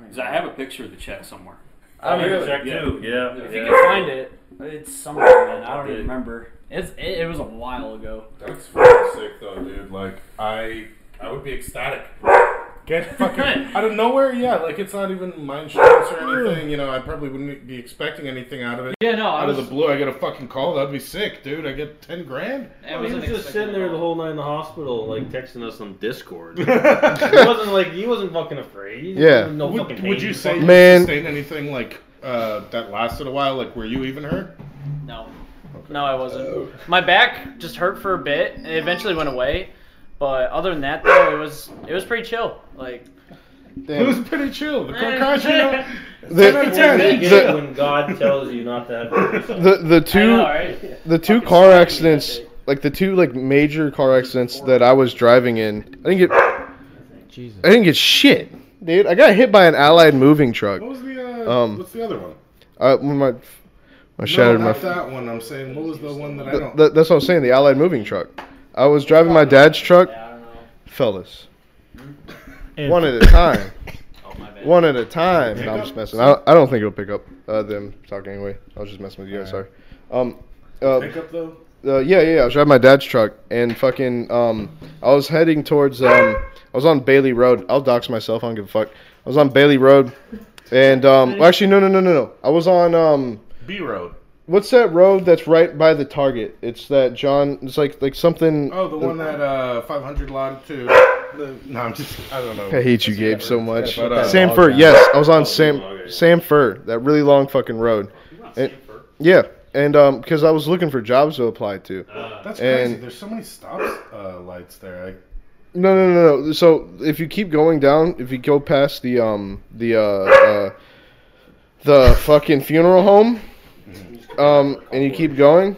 Speaker 10: Because I have a picture of the chat somewhere.
Speaker 12: I mean, check too. Yeah.
Speaker 10: If
Speaker 12: yeah.
Speaker 6: can find it, it's somewhere. Man. I don't even remember. It's it, it was a while ago.
Speaker 5: That's fucking sick though, dude. Like I, I would be ecstatic. Get fucking out of nowhere, yeah. Like it's not even my insurance or anything. You know, I probably wouldn't be expecting anything out of it.
Speaker 6: Yeah, no, I
Speaker 5: Out of
Speaker 6: was,
Speaker 5: the blue, I get a fucking call. That'd be sick, dude. I get ten grand.
Speaker 6: I
Speaker 12: He
Speaker 6: wasn't
Speaker 12: was just
Speaker 6: expecting
Speaker 12: sitting there
Speaker 6: that.
Speaker 12: the whole night in the hospital, like
Speaker 4: Mm-hmm.
Speaker 12: texting us on Discord. he wasn't like he wasn't fucking afraid.
Speaker 2: Yeah.
Speaker 12: No fucking
Speaker 5: Would,
Speaker 12: pain.
Speaker 5: would you say you
Speaker 2: Man.
Speaker 5: sustained anything like uh, that lasted a while? Like, were you even hurt?
Speaker 6: No, no, I
Speaker 12: Oh.
Speaker 6: wasn't. My back just hurt for a bit. and It eventually went away, but other than that, though, it was it was pretty chill. Like
Speaker 5: It was
Speaker 2: Damn.
Speaker 5: pretty chill. The Kakashi, you know,
Speaker 12: That
Speaker 2: The,
Speaker 12: game
Speaker 2: the,
Speaker 12: when God tells you not to have
Speaker 2: the, the two.
Speaker 6: I know, right?
Speaker 2: the two
Speaker 6: Fucking
Speaker 2: car
Speaker 6: smacked me
Speaker 2: accidents
Speaker 6: that day.
Speaker 2: like the two like major car accidents that I was driving in, I didn't get I
Speaker 3: Jesus.
Speaker 2: didn't get shit. Dude, I got hit by an allied moving truck.
Speaker 5: what was the uh,
Speaker 2: Um,
Speaker 5: what's the other one?
Speaker 2: I when my I
Speaker 5: No,
Speaker 2: shattered my
Speaker 5: not that one. I'm saying, what was the one that I
Speaker 2: th-
Speaker 5: don't?
Speaker 2: th- that's what I'm saying, the allied moving truck. I was driving my dad's truck,
Speaker 6: I don't know.
Speaker 2: fellas.
Speaker 3: And
Speaker 2: One at a time.
Speaker 6: Oh my bad.
Speaker 2: One at a time. No, I'm just messing. I, I don't think it'll pick up uh, them talking anyway. I was just messing with you guys. Sorry. Um, uh,
Speaker 5: Pick up though.
Speaker 2: uh, yeah, yeah, yeah, I was driving my dad's truck, and fucking, um, I was heading towards, um, I was on Bailey Road. I'll dox myself. I don't give a fuck. I was on Bailey Road, and um, well, actually, no, no, no, no, no. I was on um,
Speaker 5: B road.
Speaker 2: what's that road that's right by the Target? It's that John. It's like like something.
Speaker 5: Oh, the one that uh, 500 lot to. No, I'm just. I don't know.
Speaker 2: I hate you,
Speaker 5: That's
Speaker 2: Gabe,
Speaker 5: whatever.
Speaker 2: so much.
Speaker 5: But, uh,
Speaker 2: Sam
Speaker 3: log
Speaker 2: Fur,
Speaker 3: down.
Speaker 2: yes, I was on Sam
Speaker 12: log, yeah.
Speaker 2: Sam Fur, that really long fucking road. And- yeah, and um, because I was looking for jobs to apply to.
Speaker 5: That's crazy.
Speaker 2: and-
Speaker 5: There's so many stops uh, lights there. I,
Speaker 2: No, no, no, no. So if you keep going down, if you go past the um the uh, uh the fucking funeral home, um, and you keep going,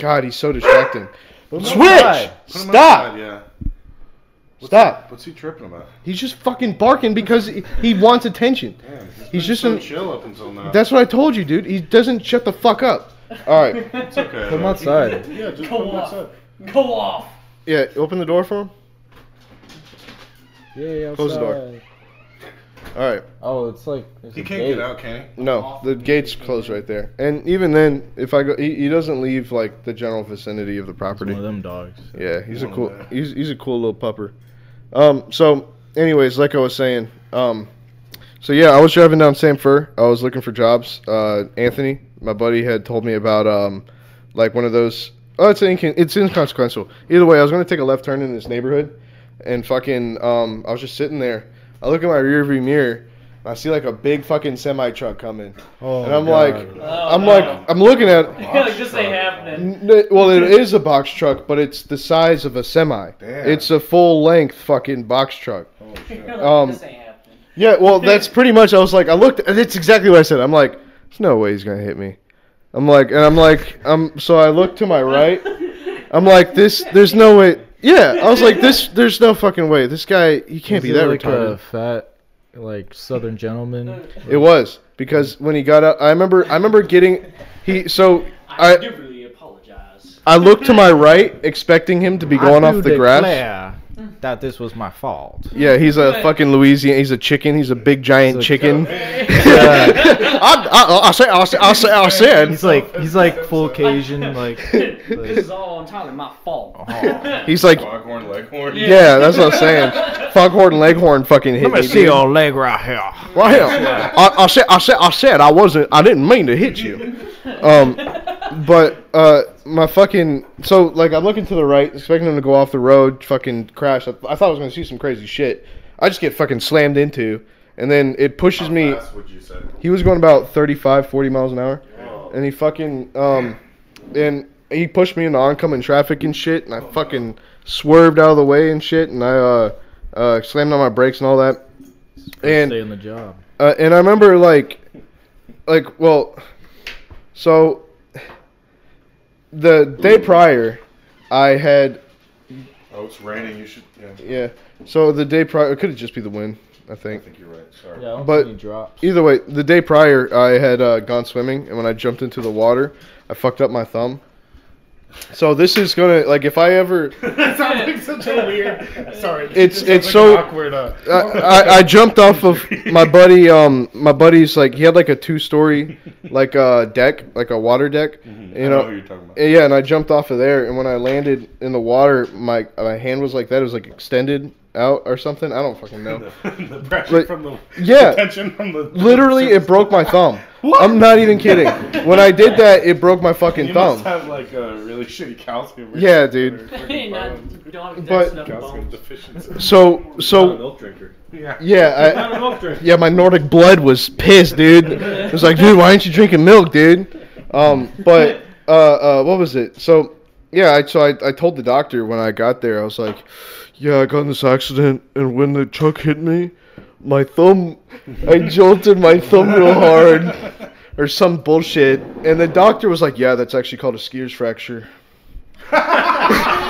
Speaker 2: God, he's so distracting. Switch!
Speaker 3: outside.
Speaker 5: Put 'em
Speaker 2: Stop!
Speaker 5: outside, yeah. What's
Speaker 2: Stop!
Speaker 5: He, what's he tripping about?
Speaker 2: He's just fucking barking because he, he wants attention.
Speaker 5: Damn, he's,
Speaker 2: He's just
Speaker 5: so
Speaker 2: an-
Speaker 5: chill up until now.
Speaker 2: That's what I told you, dude. He doesn't shut the fuck up. All right.
Speaker 5: it's okay.
Speaker 3: Come outside.
Speaker 5: Yeah, just put him outside.
Speaker 6: Go off.
Speaker 2: Yeah, open the door for him.
Speaker 3: Yeah, outside.
Speaker 2: Close the door. All right.
Speaker 3: Oh, it's like there's
Speaker 5: He
Speaker 3: a
Speaker 5: can't
Speaker 3: gate.
Speaker 5: get out, can he?
Speaker 2: No, the gate's closed right there. And even then, if I go, he, he doesn't leave like the general vicinity of the property.
Speaker 3: One of them dogs.
Speaker 2: Yeah, he's a
Speaker 5: One of
Speaker 2: cool.
Speaker 5: them.
Speaker 2: He's he's a cool little pupper. Um. So, anyways, like I was saying, um, so yeah, I was driving down Sam Fur. I was looking for jobs. Uh, Anthony, my buddy, had told me about um, like one of those. Oh, it's incon- it's inconsequential. Either way, I was gonna take a left turn in this neighborhood, and fucking um, I was just sitting there. I look in my rearview mirror. and I see like a big fucking semi truck coming,
Speaker 3: Oh,
Speaker 2: and I'm
Speaker 3: God.
Speaker 2: like, I'm like, I'm looking at.
Speaker 15: like this ain't happening.
Speaker 2: N- n- Well, it is a box truck, but it's the size of a semi.
Speaker 5: Damn.
Speaker 2: It's a full length fucking box truck.
Speaker 15: You're like,
Speaker 2: Um,
Speaker 15: this ain't happening.
Speaker 2: Yeah, well, that's pretty much. I was like, I looked, and that's exactly what I said. I'm like, there's no way he's gonna hit me. I'm like, and I'm like, I'm. So I look to my right. I'm like, this. There's no way. Yeah, I was like, this. There's no fucking way. This guy, he can't
Speaker 3: Is
Speaker 2: be
Speaker 3: it
Speaker 2: that
Speaker 3: like
Speaker 2: retarded.
Speaker 3: a fat, like southern gentleman.
Speaker 2: It was because when he got out, I remember. I remember getting. He so I.
Speaker 15: do really apologize.
Speaker 2: I looked to my right, expecting him to be going
Speaker 3: I
Speaker 2: off
Speaker 3: do
Speaker 2: the grass.
Speaker 3: declare That this was my fault.
Speaker 2: Yeah, he's a fucking Louisiana. He's a chicken. He's a big giant
Speaker 3: He's a-
Speaker 2: chicken. I, I, I said, I said, I said, I
Speaker 3: He's
Speaker 2: said.
Speaker 3: like he's like full Cajun, like,
Speaker 15: This
Speaker 3: like
Speaker 15: is all entirely my fault.
Speaker 2: Oh. He's like,
Speaker 5: Foghorn Leghorn.
Speaker 2: yeah, that's what I'm saying. Foghorn Leghorn fucking hit
Speaker 3: let
Speaker 2: me.
Speaker 3: me see
Speaker 2: dude.
Speaker 3: your leg right here.
Speaker 2: Right here. I, I said, I said, I said, I wasn't, I didn't mean to hit you. Um, but uh, my fucking so like I'm looking to the right, expecting him to go off the road, fucking crash. I, I thought I was gonna see some crazy shit. I just get fucking slammed into, and then it pushes me.
Speaker 5: That's what you said.
Speaker 2: He was going about 35, 40 miles an hour. And he fucking, um, and he pushed me into oncoming traffic and shit. And I fucking swerved out of the way and shit. And I, uh, uh, slammed on my brakes and all that. And
Speaker 3: Stay in the job.
Speaker 2: uh, and I remember like, like well, so the day prior, I had
Speaker 5: Oh, it's raining. You should. Yeah,
Speaker 2: yeah. So the day prior, it could just be the wind, I
Speaker 5: I
Speaker 2: think.
Speaker 5: think you're right. Sorry.
Speaker 3: Yeah, I don't
Speaker 2: But-
Speaker 3: see any drops.
Speaker 2: Either way, the day prior, I had uh, gone swimming, and when I jumped into the water, I fucked up my thumb. So this is gonna like if I ever
Speaker 5: that sounds like such a weird. Sorry.
Speaker 2: It's-
Speaker 5: It
Speaker 2: it's
Speaker 5: sounds like
Speaker 2: so-
Speaker 5: an awkward. Uh,
Speaker 2: I, I, I jumped off of my buddy. Um, my buddy's like he had like a two story like uh deck, like a water deck.
Speaker 5: Mm-hmm. I
Speaker 2: You
Speaker 5: know
Speaker 2: know,
Speaker 5: what you're talking about.
Speaker 2: yeah. And I jumped off of there, and when I landed in the water, my my hand was like that. It was like extended out or something. I don't fucking know.
Speaker 5: the pressure
Speaker 2: Like,
Speaker 5: from the
Speaker 2: yeah.
Speaker 5: the tension from the
Speaker 2: Literally, it broke my thumb. I'm not even kidding. When I did that, it broke my fucking
Speaker 5: You
Speaker 2: thumb.
Speaker 5: must have like a really shitty calcium.
Speaker 2: Yeah, dude.
Speaker 15: Not- don't have
Speaker 2: But-
Speaker 15: to but,
Speaker 5: Calcium deficiency.
Speaker 2: So
Speaker 5: Not a
Speaker 2: so
Speaker 5: milk drinker. Yeah.
Speaker 2: yeah,
Speaker 5: Not
Speaker 2: I,
Speaker 5: a milk drinker.
Speaker 2: yeah. My Nordic blood was pissed, dude. It was like, dude, why aren't you drinking milk, dude? Um, but uh, uh, what was it? So yeah, I so I, I told the doctor when I got there, I was like, yeah, I got in this accident, and when the truck hit me, my thumb, I jolted my thumb real hard, or some bullshit. And the doctor was like, yeah, that's actually called a skier's fracture.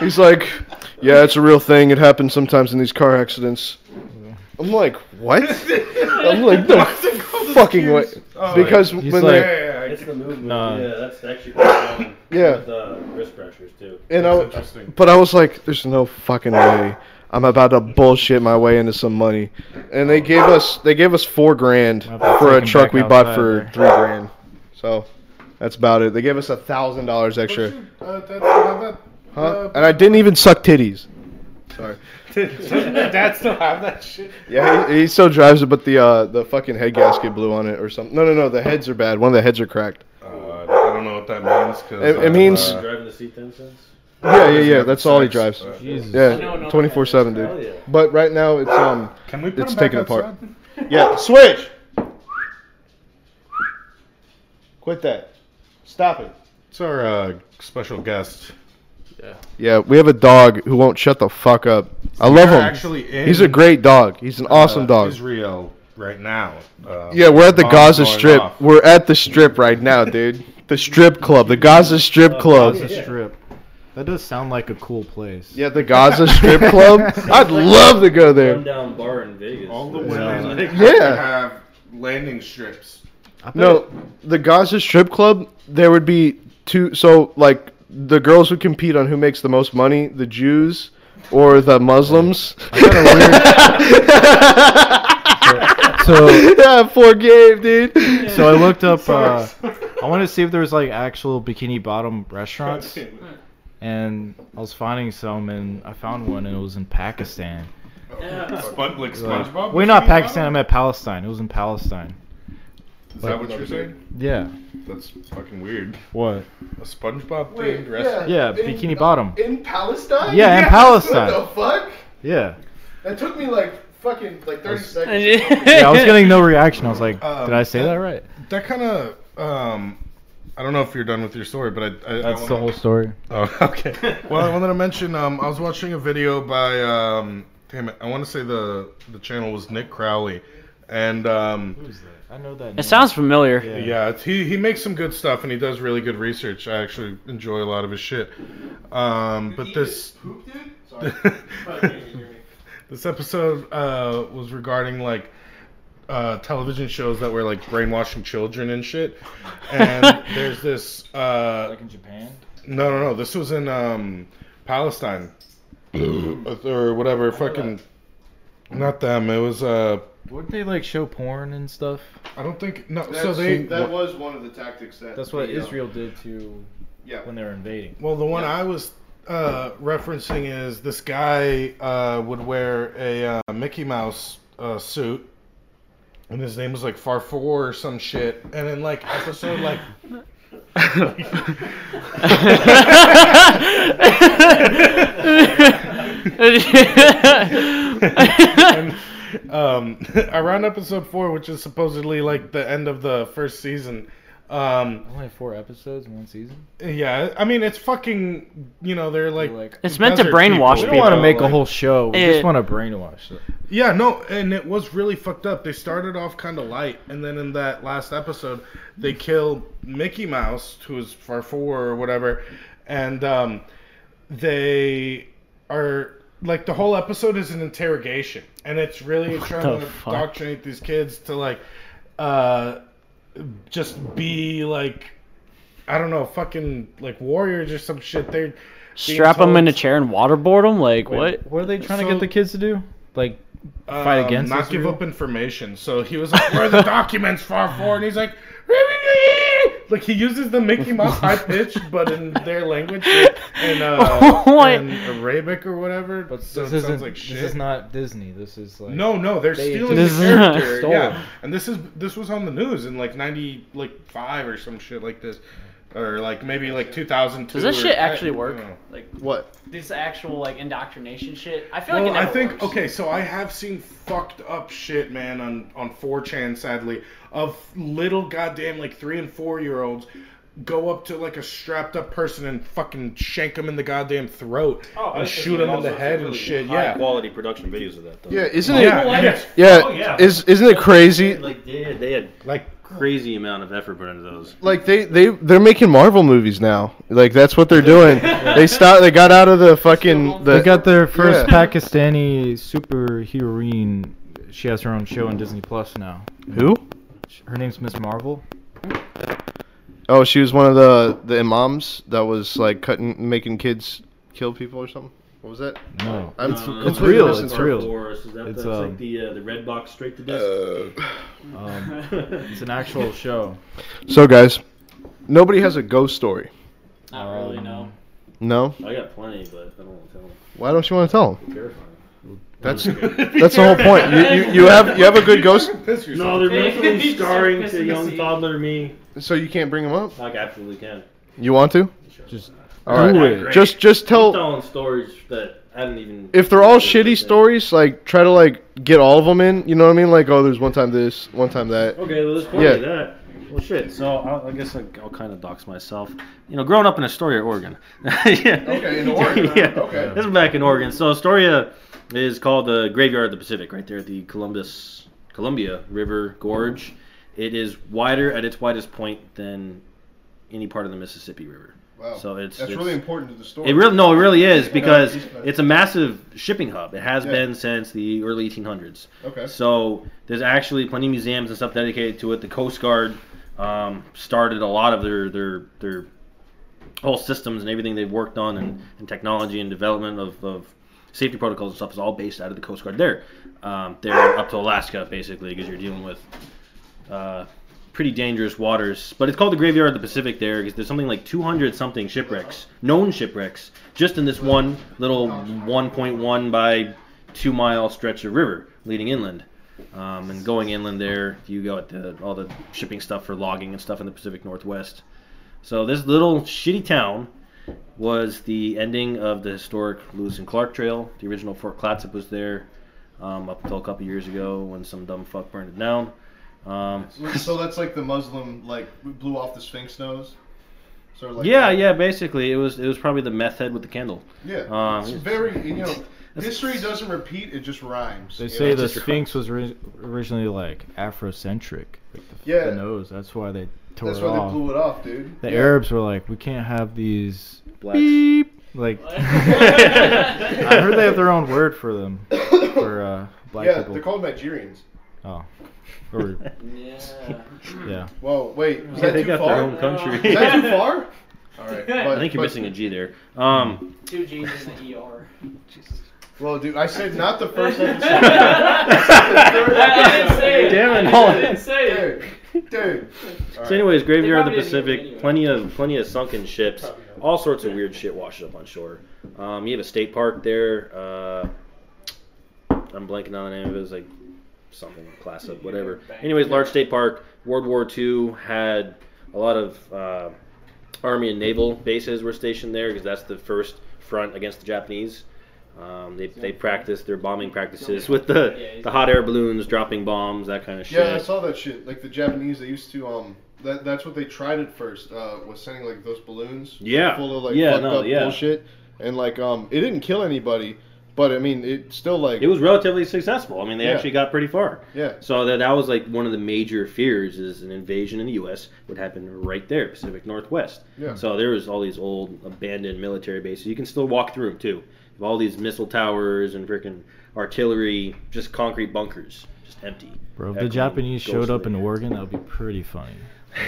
Speaker 2: He's like, yeah, it's a real thing. It happens sometimes in these car accidents. I'm like, what? I'm like, no fucking way. Because
Speaker 3: He's
Speaker 2: when
Speaker 3: like-
Speaker 2: they,
Speaker 5: Yeah, yeah,
Speaker 12: It's the movement.
Speaker 3: Nah.
Speaker 12: Yeah, that's actually quite common
Speaker 2: yeah,
Speaker 12: with uh, wrist pressures too.
Speaker 2: and
Speaker 5: yeah.
Speaker 2: I,
Speaker 5: Interesting.
Speaker 2: but I was like, there's no fucking way. I'm about to bullshit my way into some money, and they gave us they gave us four grand
Speaker 3: I'll have to
Speaker 2: for a
Speaker 3: take 'em
Speaker 2: truck
Speaker 3: back
Speaker 2: we bought
Speaker 3: outside
Speaker 2: for three grand. So that's about it. They gave us a thousand dollars extra,
Speaker 5: Uh, that's, how that, uh,
Speaker 2: huh? And I didn't even suck titties. Sorry.
Speaker 5: doesn't your dad still have that shit?
Speaker 2: Yeah, he, he still drives it, but the uh, the fucking head gasket blew on it or something. No, no, no. The heads are bad. One of the heads are cracked.
Speaker 5: Uh, I don't know what that means. 'cause
Speaker 2: It- it
Speaker 5: I'm,
Speaker 2: means-
Speaker 5: uh,
Speaker 12: Driving the seat ten cents.
Speaker 2: Yeah, yeah, yeah. That's all he
Speaker 5: sex,
Speaker 2: drives.
Speaker 5: but-
Speaker 3: Jesus.
Speaker 15: No, no,
Speaker 2: Yeah, twenty four seven,
Speaker 12: Hell yeah.
Speaker 2: dude. But right now it's um.
Speaker 5: Can we put
Speaker 2: It's
Speaker 5: him back
Speaker 2: taken apart.
Speaker 5: outside?
Speaker 2: Yeah, switch. Quit that. Stop it.
Speaker 5: It's our uh, special guest.
Speaker 2: Yeah, we have a dog who won't shut the fuck up. I love
Speaker 5: We're
Speaker 2: him.
Speaker 5: Actually, in,
Speaker 2: He's a great dog. He's an awesome
Speaker 5: uh,
Speaker 2: dog.
Speaker 5: Israel right now. Uh,
Speaker 2: Yeah, we're at the
Speaker 5: bombs
Speaker 2: Gaza
Speaker 5: going
Speaker 2: Strip.
Speaker 5: off.
Speaker 2: We're at the Strip right now, dude. The Strip Club, the Gaza
Speaker 5: Uh,
Speaker 2: Strip Club.
Speaker 3: Gaza Strip. That does sound like a cool place.
Speaker 2: Yeah, the Gaza Strip Club. I'd love to go there.
Speaker 12: Rundown bar in Vegas.
Speaker 5: All the
Speaker 12: Yeah.
Speaker 5: women
Speaker 2: Yeah.
Speaker 5: have landing strips.
Speaker 3: I bet
Speaker 2: No, the Gaza Strip Club, there would be two. So, like, the girls would compete on who makes the most money. The Jews or the Muslims.
Speaker 3: So-
Speaker 2: yeah, poor Gabe, dude.
Speaker 3: So I looked up.
Speaker 2: Sorry.
Speaker 3: Uh, I wanted to see if there was like actual Bikini Bottom restaurants, and I was finding some, and I found one, and it was in Pakistan.
Speaker 5: Spon- like
Speaker 3: It was like-
Speaker 5: SpongeBob.
Speaker 3: Wait, not
Speaker 5: Bikini Bottom?
Speaker 3: Pakistan. I meant Palestine. It was in Palestine.
Speaker 5: Is that what you're saying?
Speaker 3: Yeah.
Speaker 5: That's fucking weird.
Speaker 3: What?
Speaker 5: A SpongeBob
Speaker 16: Wait,
Speaker 5: themed restaurant.
Speaker 3: Yeah, Bikini Bottom.
Speaker 16: In Palestine?
Speaker 3: Yeah, in Palestine.
Speaker 16: What the fuck?
Speaker 3: Yeah.
Speaker 16: That took me like fucking like 30 seconds.
Speaker 3: Yeah, I was getting no reaction. I was like,
Speaker 5: Um,
Speaker 3: did I say Uh, that right?
Speaker 5: That kind of. Um, I don't know if you're done with your story, but I. I I
Speaker 3: That's
Speaker 5: wanna-
Speaker 3: the whole story.
Speaker 5: Oh, okay. well, I wanted to mention. Um, I was watching a video by. Um, damn it! I want to say the the channel was Nick Crowley, and um,
Speaker 3: I know that.
Speaker 6: It sounds familiar.
Speaker 5: yeah, it's, he he makes some good stuff, and he does really good research. I actually enjoy a lot of his shit. Um, but this. this episode uh, was regarding like uh, television shows that were like brainwashing children and shit. And there's this. Uh,
Speaker 3: in Japan.
Speaker 5: no, no, no. This was in um, Palestine or whatever. Fucking not them. It was. Uh,
Speaker 3: Wouldn't they like show porn and stuff?
Speaker 5: I don't think. No. so
Speaker 16: That's-
Speaker 5: they.
Speaker 16: that was one of the tactics that
Speaker 3: That's what
Speaker 16: the, uh,
Speaker 3: Israel did to
Speaker 16: Yeah.
Speaker 3: when they were invading.
Speaker 5: Well, the one I was uh, referencing is this guy uh, would wear a uh, Mickey Mouse uh, suit, and his name was like Farfour or some shit. And in like episode like and, um, around episode four, which is supposedly like the end of the first season. Um,
Speaker 3: Only four episodes in one season.
Speaker 5: yeah, I mean it's fucking. You know they're like.
Speaker 3: Like-
Speaker 6: It's meant to
Speaker 5: desert
Speaker 6: brainwash
Speaker 3: We
Speaker 5: people.
Speaker 3: don't want to
Speaker 6: People,
Speaker 3: make a
Speaker 5: like-
Speaker 3: whole show. We
Speaker 6: Eh.
Speaker 3: just want to brainwash it.
Speaker 5: Yeah, no, and it was really fucked up. They started off kind of light, and then in that last episode, they kill Mickey Mouse, who is Far Four or whatever, and um, they are like the whole episode is an interrogation, and it's really trying to
Speaker 6: fuck?
Speaker 5: indoctrinate these kids to like uh, just be like I don't know, fucking like warriors or some shit. They're being
Speaker 6: Strap them
Speaker 5: told-
Speaker 6: in a chair and waterboard them? Like, what?
Speaker 3: What are they trying to
Speaker 5: So-
Speaker 3: get the kids to do? Like, fight
Speaker 5: um,
Speaker 3: against
Speaker 5: not
Speaker 3: this
Speaker 5: give
Speaker 3: rule?
Speaker 5: up information so he was like where are the documents far for and he's like like he uses the mickey mouse high pitch but in their language like, in, uh,
Speaker 6: What?
Speaker 5: in arabic or whatever but so
Speaker 3: this
Speaker 5: it
Speaker 3: isn't.
Speaker 5: sounds like shit
Speaker 3: This is not Disney. This is like.
Speaker 5: no no they're
Speaker 3: They-
Speaker 5: stealing
Speaker 6: This
Speaker 5: the
Speaker 6: is-
Speaker 5: character
Speaker 3: Stole it.
Speaker 5: yeah and this is this was on the news in like 90 like 5 or some shit like this or like maybe like 2002
Speaker 6: Does this
Speaker 5: or-
Speaker 6: shit
Speaker 5: I-
Speaker 6: actually
Speaker 5: I
Speaker 6: work?
Speaker 5: don't know.
Speaker 6: Like
Speaker 2: What?
Speaker 6: this actual like indoctrination shit? I feel
Speaker 5: Well,
Speaker 6: like it
Speaker 5: I
Speaker 6: never
Speaker 5: think
Speaker 6: works.
Speaker 5: okay, so I have seen fucked up shit, man, on on 4chan sadly, of little goddamn like 3 and 4 year olds go up to like a strapped up person and fucking shank them in the goddamn throat
Speaker 4: Oh,
Speaker 5: and shoot them in the head and shit. Yeah.
Speaker 4: quality production videos of that though.
Speaker 2: Yeah, isn't it?
Speaker 5: yeah, yeah.
Speaker 2: Yeah,
Speaker 4: Oh, yeah.
Speaker 2: is isn't it crazy?
Speaker 4: like they had, they had
Speaker 5: Like
Speaker 4: crazy amount of effort put into those.
Speaker 2: Like they they they're making Marvel movies now. Like that's what they're doing. They stop. They got out of the fucking. The,
Speaker 3: They got their first
Speaker 2: Yeah.
Speaker 3: Pakistani superheroine. She has her own show on Disney Plus now.
Speaker 2: who?
Speaker 3: Her name's Miss Marvel.
Speaker 2: Oh, she was one of the the imams that was like cutting, making kids kill people or something. What was that? Uh,
Speaker 3: No.
Speaker 2: I'm
Speaker 3: It's
Speaker 2: completely
Speaker 3: real,
Speaker 2: missing
Speaker 3: it's
Speaker 2: something.
Speaker 3: real. It's,
Speaker 4: it's
Speaker 3: um,
Speaker 4: like the uh, the red box straight to disc.
Speaker 2: uh,
Speaker 3: Um, it's an actual show.
Speaker 2: So guys, nobody has a ghost story.
Speaker 6: Not really. No.
Speaker 2: No.
Speaker 4: I got plenty, but I don't want to tell them.
Speaker 2: Why don't you want to tell them?
Speaker 4: It's terrifying.
Speaker 2: That's that's the whole point. You, you, you have you have a good ghost,
Speaker 5: piss
Speaker 4: No,
Speaker 5: yourself.
Speaker 4: they're
Speaker 6: Hey,
Speaker 4: mentally
Speaker 6: he's so
Speaker 4: scarring to
Speaker 6: pessimistic.
Speaker 4: young toddler me.
Speaker 2: so you can't bring him up.
Speaker 4: I absolutely can.
Speaker 2: You want to?
Speaker 3: Just
Speaker 2: All right.
Speaker 3: do it.
Speaker 2: Just just
Speaker 4: I'm
Speaker 2: tell.
Speaker 4: telling stories that I didn't even.
Speaker 2: If they're all
Speaker 4: Yeah,
Speaker 2: shitty
Speaker 4: that's it.
Speaker 2: stories, like try to like get all of them in. You know what I mean? Like oh, there's one time this, one time that.
Speaker 4: Okay, well, let's play
Speaker 2: Yeah.
Speaker 4: that. Well, shit. So I, I guess I, I'll kind of dox myself. You know, growing up in Astoria, Oregon. yeah.
Speaker 16: Okay, in Oregon, huh?
Speaker 4: yeah.
Speaker 16: Okay.
Speaker 4: This is back in Oregon. So Astoria is called the Graveyard of the Pacific, right there at the Columbus Columbia River Gorge. It is wider at its widest point than any part of the Mississippi River. So it's
Speaker 16: that's
Speaker 4: it's-
Speaker 16: really important to the story.
Speaker 4: it really no, it really is because
Speaker 16: he's good.
Speaker 4: it's a massive shipping hub. It has
Speaker 16: Yeah.
Speaker 4: been since the early 1800s.
Speaker 16: Okay.
Speaker 4: So there's actually plenty of museums and stuff dedicated to it. The Coast Guard um, started a lot of their their their whole systems and everything they've worked on and, and technology and development of, of safety protocols and stuff is all based out of the Coast Guard there. Um, they're up to Alaska basically because you're dealing with uh, pretty dangerous waters. But it's called the Graveyard of the Pacific there because there's something like 200 something shipwrecks, known shipwrecks, just in this one little 1.1 by two mile stretch of river leading inland. Um, and going inland there, you go at the, all the shipping stuff for logging and stuff in the Pacific Northwest. So this little shitty town was the ending of the historic Lewis and Clark Trail. The original Fort Clatsop was there um, up until a couple years ago when some dumb fuck burned it down. Um,
Speaker 2: So that's like the Muslim like blew off the Sphinx nose. Sort of like
Speaker 4: yeah, yeah. Basically, it was it was probably the meth head with the candle.
Speaker 2: Yeah.
Speaker 4: Um,
Speaker 2: it's very you know history doesn't repeat, it just rhymes.
Speaker 3: They
Speaker 2: you
Speaker 3: say
Speaker 2: know?
Speaker 3: the Sphinx was ori- originally like Afrocentric, like the,
Speaker 2: Yeah.
Speaker 3: the nose. That's why they tore
Speaker 2: That's
Speaker 3: it
Speaker 2: why
Speaker 3: off.
Speaker 2: they blew it off, dude.
Speaker 3: The
Speaker 2: Yeah.
Speaker 3: Arabs were like, we can't have these
Speaker 4: Blacks.
Speaker 3: beep. Like, I heard they have their own word for them for uh, black
Speaker 2: yeah,
Speaker 3: people.
Speaker 2: they're called Nigerians.
Speaker 3: oh, or
Speaker 10: Yeah.
Speaker 3: yeah.
Speaker 2: Whoa, wait, was
Speaker 4: Yeah,
Speaker 2: that
Speaker 4: they
Speaker 2: too
Speaker 4: got
Speaker 2: far?
Speaker 4: their own country.
Speaker 2: Is that too far? All right,
Speaker 4: I think you're missing a G there. Um,
Speaker 6: Two G's in the ER.
Speaker 2: Well, dude, I said not the E first episode. I said the third
Speaker 6: I didn't say it.
Speaker 4: Damn it.
Speaker 6: I didn't say it.
Speaker 2: Dude, dude. All
Speaker 4: so,
Speaker 2: right.
Speaker 4: anyways, graveyard of the
Speaker 6: They probably didn't
Speaker 4: Pacific. Plenty of plenty of sunken ships. All sorts of weird shit washes up on shore. Um, you have a state park there. Uh, I'm blanking on the name of it. It's like something class up, whatever. Anyways, large state park. World War II had a lot of uh, army and naval bases were stationed there because that's the first front against the Japanese. Um, they they practiced their bombing practices with the the hot air balloons, dropping bombs, that kind of shit.
Speaker 2: Yeah, I saw that shit. Like the Japanese, they used to um. That, that's what they tried at first. Uh, was sending like those balloons.
Speaker 4: Yeah.
Speaker 2: Full of like
Speaker 4: Yeah,
Speaker 2: fucked
Speaker 4: no,
Speaker 2: up
Speaker 4: yeah.
Speaker 2: bullshit, and like um, it didn't kill anybody, but I mean, it still like
Speaker 4: it was relatively successful. I mean, they
Speaker 2: Yeah.
Speaker 4: actually got pretty far.
Speaker 2: Yeah.
Speaker 4: So that that was like one of the major fears is an invasion in the U.S. would happen right there, Pacific Northwest.
Speaker 2: Yeah.
Speaker 4: So there was all these old abandoned military bases. You can still walk through them too. You have all these missile towers and freaking artillery, just concrete bunkers, just empty.
Speaker 3: Bro, if the
Speaker 4: Echoing
Speaker 3: Japanese showed up
Speaker 4: ghostly.
Speaker 3: in Oregon, that would be pretty funny.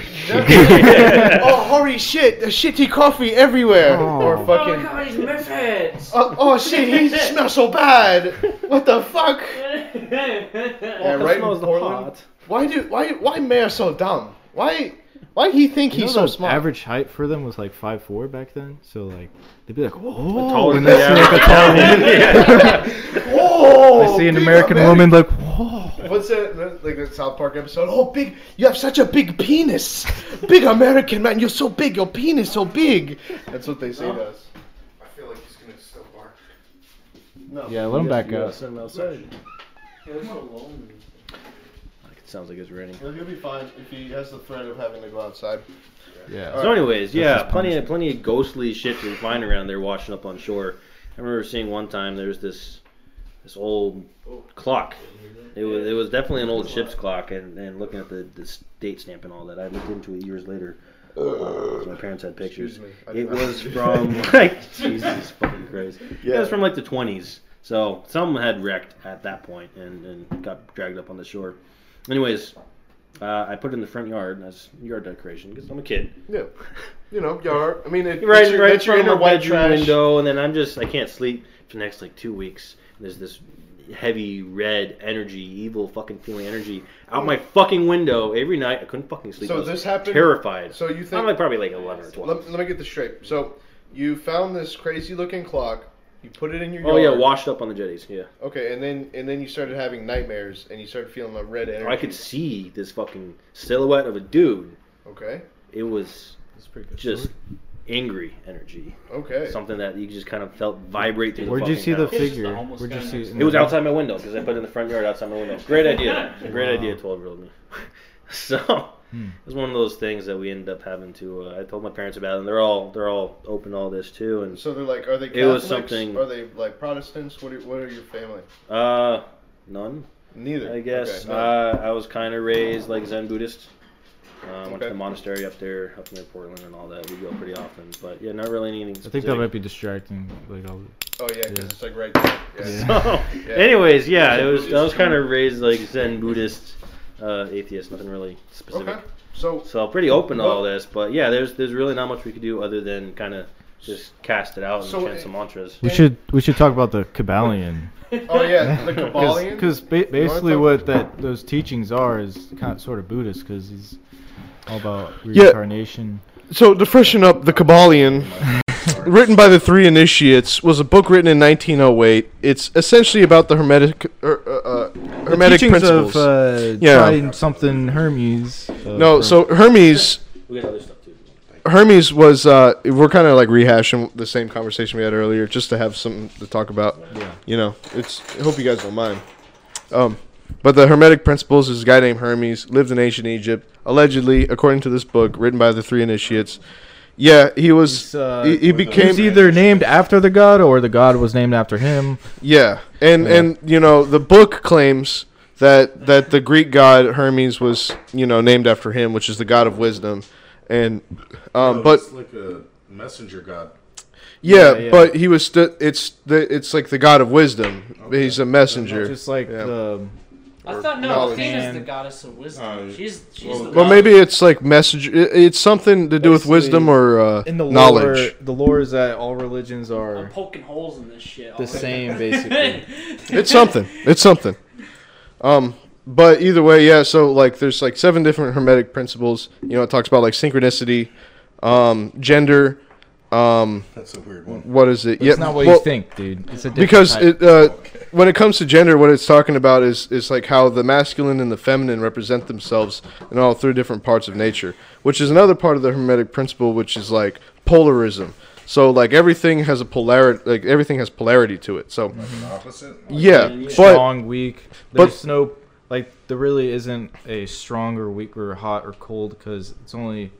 Speaker 2: oh, holy shit! There's shitty coffee everywhere.
Speaker 3: Oh.
Speaker 2: Or
Speaker 6: Oh,
Speaker 2: fucking.
Speaker 6: God, he's misfits.
Speaker 2: Oh, oh shit! He smells so bad. What the fuck? Yeah, right in Portland. Why do why why mayor so dumb? Why why he think
Speaker 3: You know
Speaker 2: he's so
Speaker 3: the
Speaker 2: smart?
Speaker 3: Average height for them was like five four back then, so like they'd be like,
Speaker 2: Oh.
Speaker 3: whoa,
Speaker 4: taller
Speaker 3: when
Speaker 4: than
Speaker 3: they see like a tall
Speaker 4: average.
Speaker 3: woman.
Speaker 2: Whoa!
Speaker 3: they see an
Speaker 2: big
Speaker 3: American woman like, whoa.
Speaker 2: What's that? Like that South Park episode? Oh, big! You have such a big penis, big American man. You're so big. Your penis so big. That's what they say to us.
Speaker 13: I feel like he's gonna still bark.
Speaker 2: No.
Speaker 3: Yeah, let him back
Speaker 4: You gotta
Speaker 3: up.
Speaker 4: send them outside.
Speaker 6: It was so lonely.
Speaker 4: It sounds like it's raining.
Speaker 2: He'll be fine if he has the threat of having to go outside.
Speaker 3: Yeah.
Speaker 4: So, anyways,
Speaker 3: That's
Speaker 4: yeah,
Speaker 3: his
Speaker 4: plenty of plenty of ghostly shit you can find around there washing up on shore. I remember seeing one time there's this this old clock. It was it was definitely an old ship's clock, and, and looking at the, the date stamp and all that, I looked into it years later. Uh, my parents had pictures.
Speaker 2: Excuse me. I-
Speaker 4: It was from like Jesus fucking Christ. It
Speaker 2: Yeah.
Speaker 4: was from like the twenties. So some had wrecked at that point and, and got dragged up on the shore. Anyways, uh, I put it in the front yard as yard decoration because I'm a kid.
Speaker 2: Yeah. You know, yard. I mean, it,
Speaker 4: Right,
Speaker 2: it's your,
Speaker 4: right in
Speaker 2: it's your
Speaker 4: front
Speaker 2: inner
Speaker 4: of my
Speaker 2: white
Speaker 4: bedroom
Speaker 2: trash.
Speaker 4: window, and then I'm just I can't sleep for the next like two weeks. There's this heavy red energy, evil fucking feeling energy out my fucking window every night. I couldn't fucking sleep.
Speaker 2: So
Speaker 4: I was
Speaker 2: this happened-
Speaker 4: Terrified.
Speaker 2: so you think-
Speaker 4: I'm like probably like 11 or 12.
Speaker 2: Let, let me get this straight. So, you found this crazy looking clock. You put it in your
Speaker 4: oh yeah,
Speaker 2: yard.
Speaker 4: washed up on the jetties. Yeah,
Speaker 2: Okay, and then and then you started having nightmares, and you started feeling a red energy.
Speaker 4: I could see this fucking silhouette of a dude.
Speaker 2: Okay.
Speaker 4: It was
Speaker 3: That's pretty good.
Speaker 4: just angry energy,
Speaker 2: Okay.
Speaker 4: something that you just kind of felt vibrate through.
Speaker 3: Where'd
Speaker 4: the
Speaker 3: you
Speaker 4: fucking
Speaker 3: see the
Speaker 4: house.
Speaker 3: figure?
Speaker 10: homeless
Speaker 3: Where'd you
Speaker 10: guy
Speaker 3: see
Speaker 10: next
Speaker 3: in
Speaker 4: It was
Speaker 3: the-
Speaker 4: outside my window because I put it in the front yard outside my window. Great idea. Great
Speaker 3: Wow. Hmm.
Speaker 4: idea, 12 year old me. So it was one of those things that we ended up having to. Uh, I told my parents about it, and they're all they're all open to all this too. And
Speaker 2: So they're like, are they
Speaker 4: It was
Speaker 2: Catholics?
Speaker 4: something-
Speaker 2: Are they like Protestants? What are, what are your family?
Speaker 4: uh, none,
Speaker 2: Neither.
Speaker 4: I guess.
Speaker 2: Okay, no.
Speaker 4: uh, I was kind of raised like Zen Buddhist. Uh, went to
Speaker 2: Okay.
Speaker 4: the monastery up there, up near Portland, and all that. We go pretty often, but yeah, not really anything.
Speaker 3: I think
Speaker 4: Specific.
Speaker 3: that might be distracting. Like, all
Speaker 2: oh yeah, because
Speaker 3: yeah.
Speaker 2: it's like right there. Yeah.
Speaker 4: So, anyways, yeah, it was. I was kind of raised like Zen Buddhist, uh, atheist, nothing really specific.
Speaker 2: Okay. So
Speaker 4: So pretty open to all this, but yeah, there's there's really not much we could do other than kind of Just cast it out and
Speaker 17: So,
Speaker 10: eh,
Speaker 4: chant some mantras.
Speaker 3: We should we should talk about the Kabbalion.
Speaker 10: Oh, yeah, the Kabbalion?
Speaker 3: Because
Speaker 10: You
Speaker 3: ba-
Speaker 10: wanna
Speaker 3: basically
Speaker 10: talk-
Speaker 3: what that those teachings are is kind of, sort of Buddhist because he's all about
Speaker 10: Yeah.
Speaker 3: reincarnation.
Speaker 10: So, to freshen up, the Kabbalion, written by the three initiates, was a book written in 1908. It's essentially about the Hermetic er, uh, uh, Hermetic
Speaker 3: the teachings of
Speaker 10: principles.
Speaker 3: uh,
Speaker 10: yeah.
Speaker 3: trying something Hermes. uh,
Speaker 10: no,
Speaker 3: from-
Speaker 10: so Hermes. Hermes was. Uh, we're kind of like rehashing the same conversation we had earlier, just to have something to talk about.
Speaker 3: Yeah.
Speaker 10: You know, it's. I hope you guys don't mind. Um, but the Hermetic principles is a guy named Hermes lived in ancient Egypt, allegedly, according to this book written by the three initiates. Yeah, he was.
Speaker 3: uh,
Speaker 10: he, he
Speaker 3: He
Speaker 10: became
Speaker 3: was either named after the god or the god was named after him.
Speaker 10: yeah, and
Speaker 3: Yeah.
Speaker 10: and you know the book claims that that the Greek god Hermes was you know named after him, which is the god of wisdom, and um, but
Speaker 5: it's like a messenger god.
Speaker 10: yeah, but he was st- it's the it's like the god of wisdom. He's a messenger.
Speaker 3: Just like the
Speaker 6: I thought no, Athena's the goddess of wisdom. she's she's the
Speaker 10: well, maybe it's like messenger. it- It's something to do with wisdom or uh,
Speaker 3: in the lore,
Speaker 10: knowledge.
Speaker 3: The lore is that all religions are
Speaker 6: poking holes in this shit.
Speaker 3: the same, basically.
Speaker 10: it's something. It's something. Um, but either way, yeah. So like, there's like seven different hermetic principles. You know, it talks about like synchronicity, um, gender. Um,
Speaker 5: That's a weird one.
Speaker 10: What is it?
Speaker 3: But it's not what you think, dude. It's a different
Speaker 10: because
Speaker 3: type.
Speaker 10: it uh, when it comes to gender, what it's talking about is is like how the masculine and the feminine represent themselves in all three different parts of nature, which is another part of the hermetic principle, which is like polarism. So like everything has a polarity, like everything has polarity to it. So
Speaker 5: opposite?
Speaker 10: yeah, but
Speaker 3: strong, weak.
Speaker 10: but-
Speaker 3: There's no like there really isn't a strong or weak or hot or cold because it's only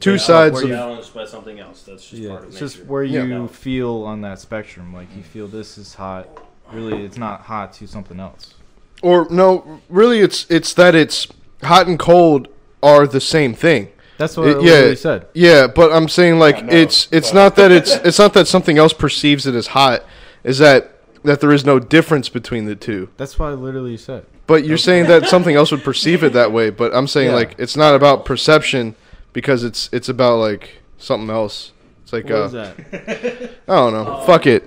Speaker 10: Two
Speaker 3: Yeah,
Speaker 10: sides
Speaker 3: where
Speaker 10: of-
Speaker 3: you-
Speaker 4: Balanced by something else. That's just
Speaker 3: yeah,
Speaker 4: part of
Speaker 3: it's
Speaker 4: nature.
Speaker 3: just where
Speaker 4: Yeah.
Speaker 3: you feel on that spectrum. Like you feel this is hot, really it's not hot to something else.
Speaker 10: or no, really, it's it's that it's hot and cold are the same thing.
Speaker 3: That's what I
Speaker 10: yeah,
Speaker 3: literally said.
Speaker 10: Yeah, but I'm saying like it's it's not that it's it's not that something else perceives it as hot. Is that that there is no difference between the two?
Speaker 3: That's what I literally said.
Speaker 10: But you're saying that something else would perceive it that way. But I'm saying
Speaker 3: Yeah.
Speaker 10: like it's not about perception because it's it's about like something else. It's like
Speaker 3: What
Speaker 10: uh,
Speaker 3: was that?
Speaker 10: I don't know. Fuck it.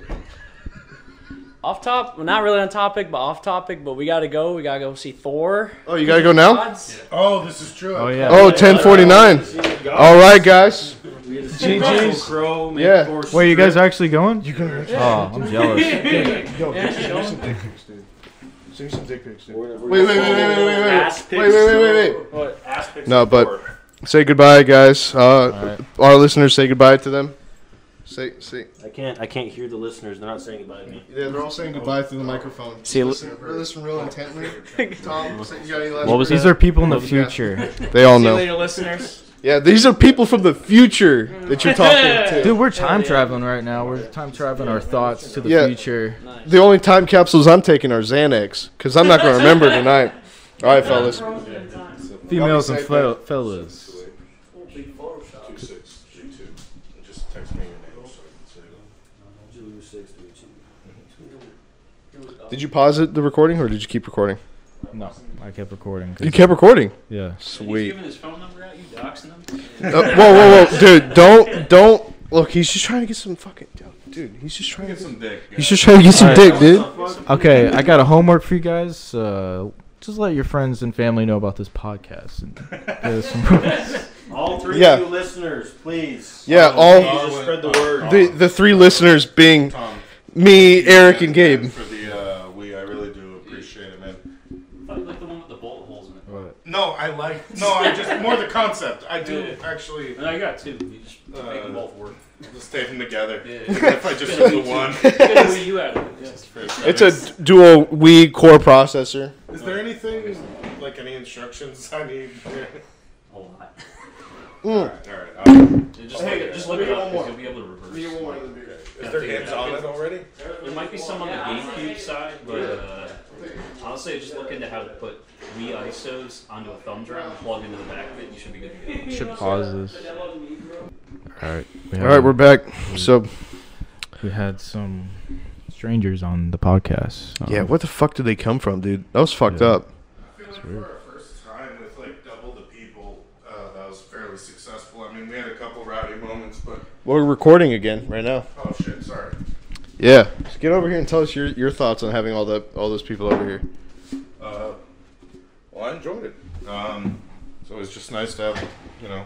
Speaker 6: Off top, well, not really on topic, but off topic. But we gotta go. We gotta go see Thor.
Speaker 10: Oh, you gotta go now?
Speaker 5: Oh, this is true.
Speaker 3: Oh yeah.
Speaker 10: Oh, 1049. All right, guys.
Speaker 3: GG's.
Speaker 4: Crow, make
Speaker 10: Yeah.
Speaker 4: course
Speaker 3: Wait, you
Speaker 4: strip.
Speaker 3: guys are actually going? You guys? Oh, I'm jealous.
Speaker 10: Yo,
Speaker 6: Yeah, send me some
Speaker 10: dick pics, dude. Send me some dick pics, dude. Wait,
Speaker 4: wait,
Speaker 10: wait, wait, wait, wait, wait,
Speaker 4: Ass
Speaker 10: wait,
Speaker 4: pics.
Speaker 10: wait, wait, wait, wait.
Speaker 4: What? Ass pics
Speaker 10: No,
Speaker 4: of
Speaker 10: but
Speaker 4: Thor.
Speaker 10: say goodbye, guys. Uh,
Speaker 4: All right.
Speaker 10: Our listeners say goodbye to them. Say, say.
Speaker 4: I can't. I can't hear the listeners. They're not saying goodbye to me.
Speaker 10: Yeah, they're all saying goodbye through the microphone.
Speaker 4: See,
Speaker 10: listen, listen real intently. Tom, say- you got any last
Speaker 3: What was
Speaker 10: words?
Speaker 3: These that? are people in the future.
Speaker 10: They all
Speaker 3: See you
Speaker 10: know.
Speaker 3: later,
Speaker 6: listeners.
Speaker 10: Yeah, these are people from the future that you're talking to.
Speaker 3: Dude, we're time traveling right now. We're time traveling our thoughts to the
Speaker 10: Yeah.
Speaker 3: future.
Speaker 10: The only time capsules I'm taking are Xanax because I'm not going to remember tonight. All right, fellas.
Speaker 3: Females and fel- fellas.
Speaker 5: Two six three two. Just text me your name so I can say
Speaker 10: Did you pause it the recording or did you keep recording?
Speaker 3: No, I kept recording.
Speaker 10: You kept recording.
Speaker 3: Yeah.
Speaker 10: Sweet.
Speaker 2: Giving his phone number out, you doxing him?
Speaker 10: Uh, whoa, whoa, whoa, dude! Don't, don't look. He's just trying to get some fucking. Dude, he's just trying
Speaker 5: to get some dick.
Speaker 10: He's just trying to get some
Speaker 3: All
Speaker 10: dick, dude.
Speaker 3: Okay, I got a homework for you guys. Uh, just let your friends and family know about this podcast. And get us some-
Speaker 18: All three
Speaker 10: Yeah.
Speaker 18: of you listeners, please.
Speaker 10: Yeah,
Speaker 18: Please
Speaker 10: all-
Speaker 18: just spread the word.
Speaker 10: The the three listeners being me, Eric, and
Speaker 5: that.
Speaker 10: Gabe.
Speaker 5: For the uh, we, I really do appreciate it, man.
Speaker 2: I thought you liked the one with the bullet holes in it.
Speaker 5: No, I like. No, I just more the concept. I do actually.
Speaker 2: And I got two. You just make them
Speaker 5: Uh,
Speaker 2: both work.
Speaker 5: Just tape them together.
Speaker 2: Yeah.
Speaker 5: If I just do the one.
Speaker 2: Get a Wii U out of it. Yeah.
Speaker 10: It's a d- dual Wii core processor.
Speaker 5: Is there anything like any instructions I need?
Speaker 2: A lot.
Speaker 10: Mm.
Speaker 5: All right. All right.
Speaker 2: Just look, it- just look it up because you'll be able to reverse.
Speaker 5: Is there games on it already?
Speaker 2: There might be some on the GameCube side, but uh, honestly, just look into how to put Wii ISOs onto a thumb drive and plug into the back of it. and You should be good to go.
Speaker 3: Should pause this. All right. we
Speaker 10: All right,
Speaker 3: have-
Speaker 10: we're back. So
Speaker 3: We had some strangers on the podcast. Um,
Speaker 10: yeah, where the fuck did they come from, dude? That was fucked
Speaker 3: Yeah.
Speaker 10: up.
Speaker 5: I feel like for our first time with like double the people, uh, that was fairly successful. I mean, we had a couple rowdy moments, but
Speaker 10: We're recording again right now.
Speaker 5: Oh shit! Sorry.
Speaker 10: Yeah. Just get over here and tell us your, your thoughts on having all that all those people over here.
Speaker 5: Uh, well, I enjoyed it. Um, so it's just nice to have, you know,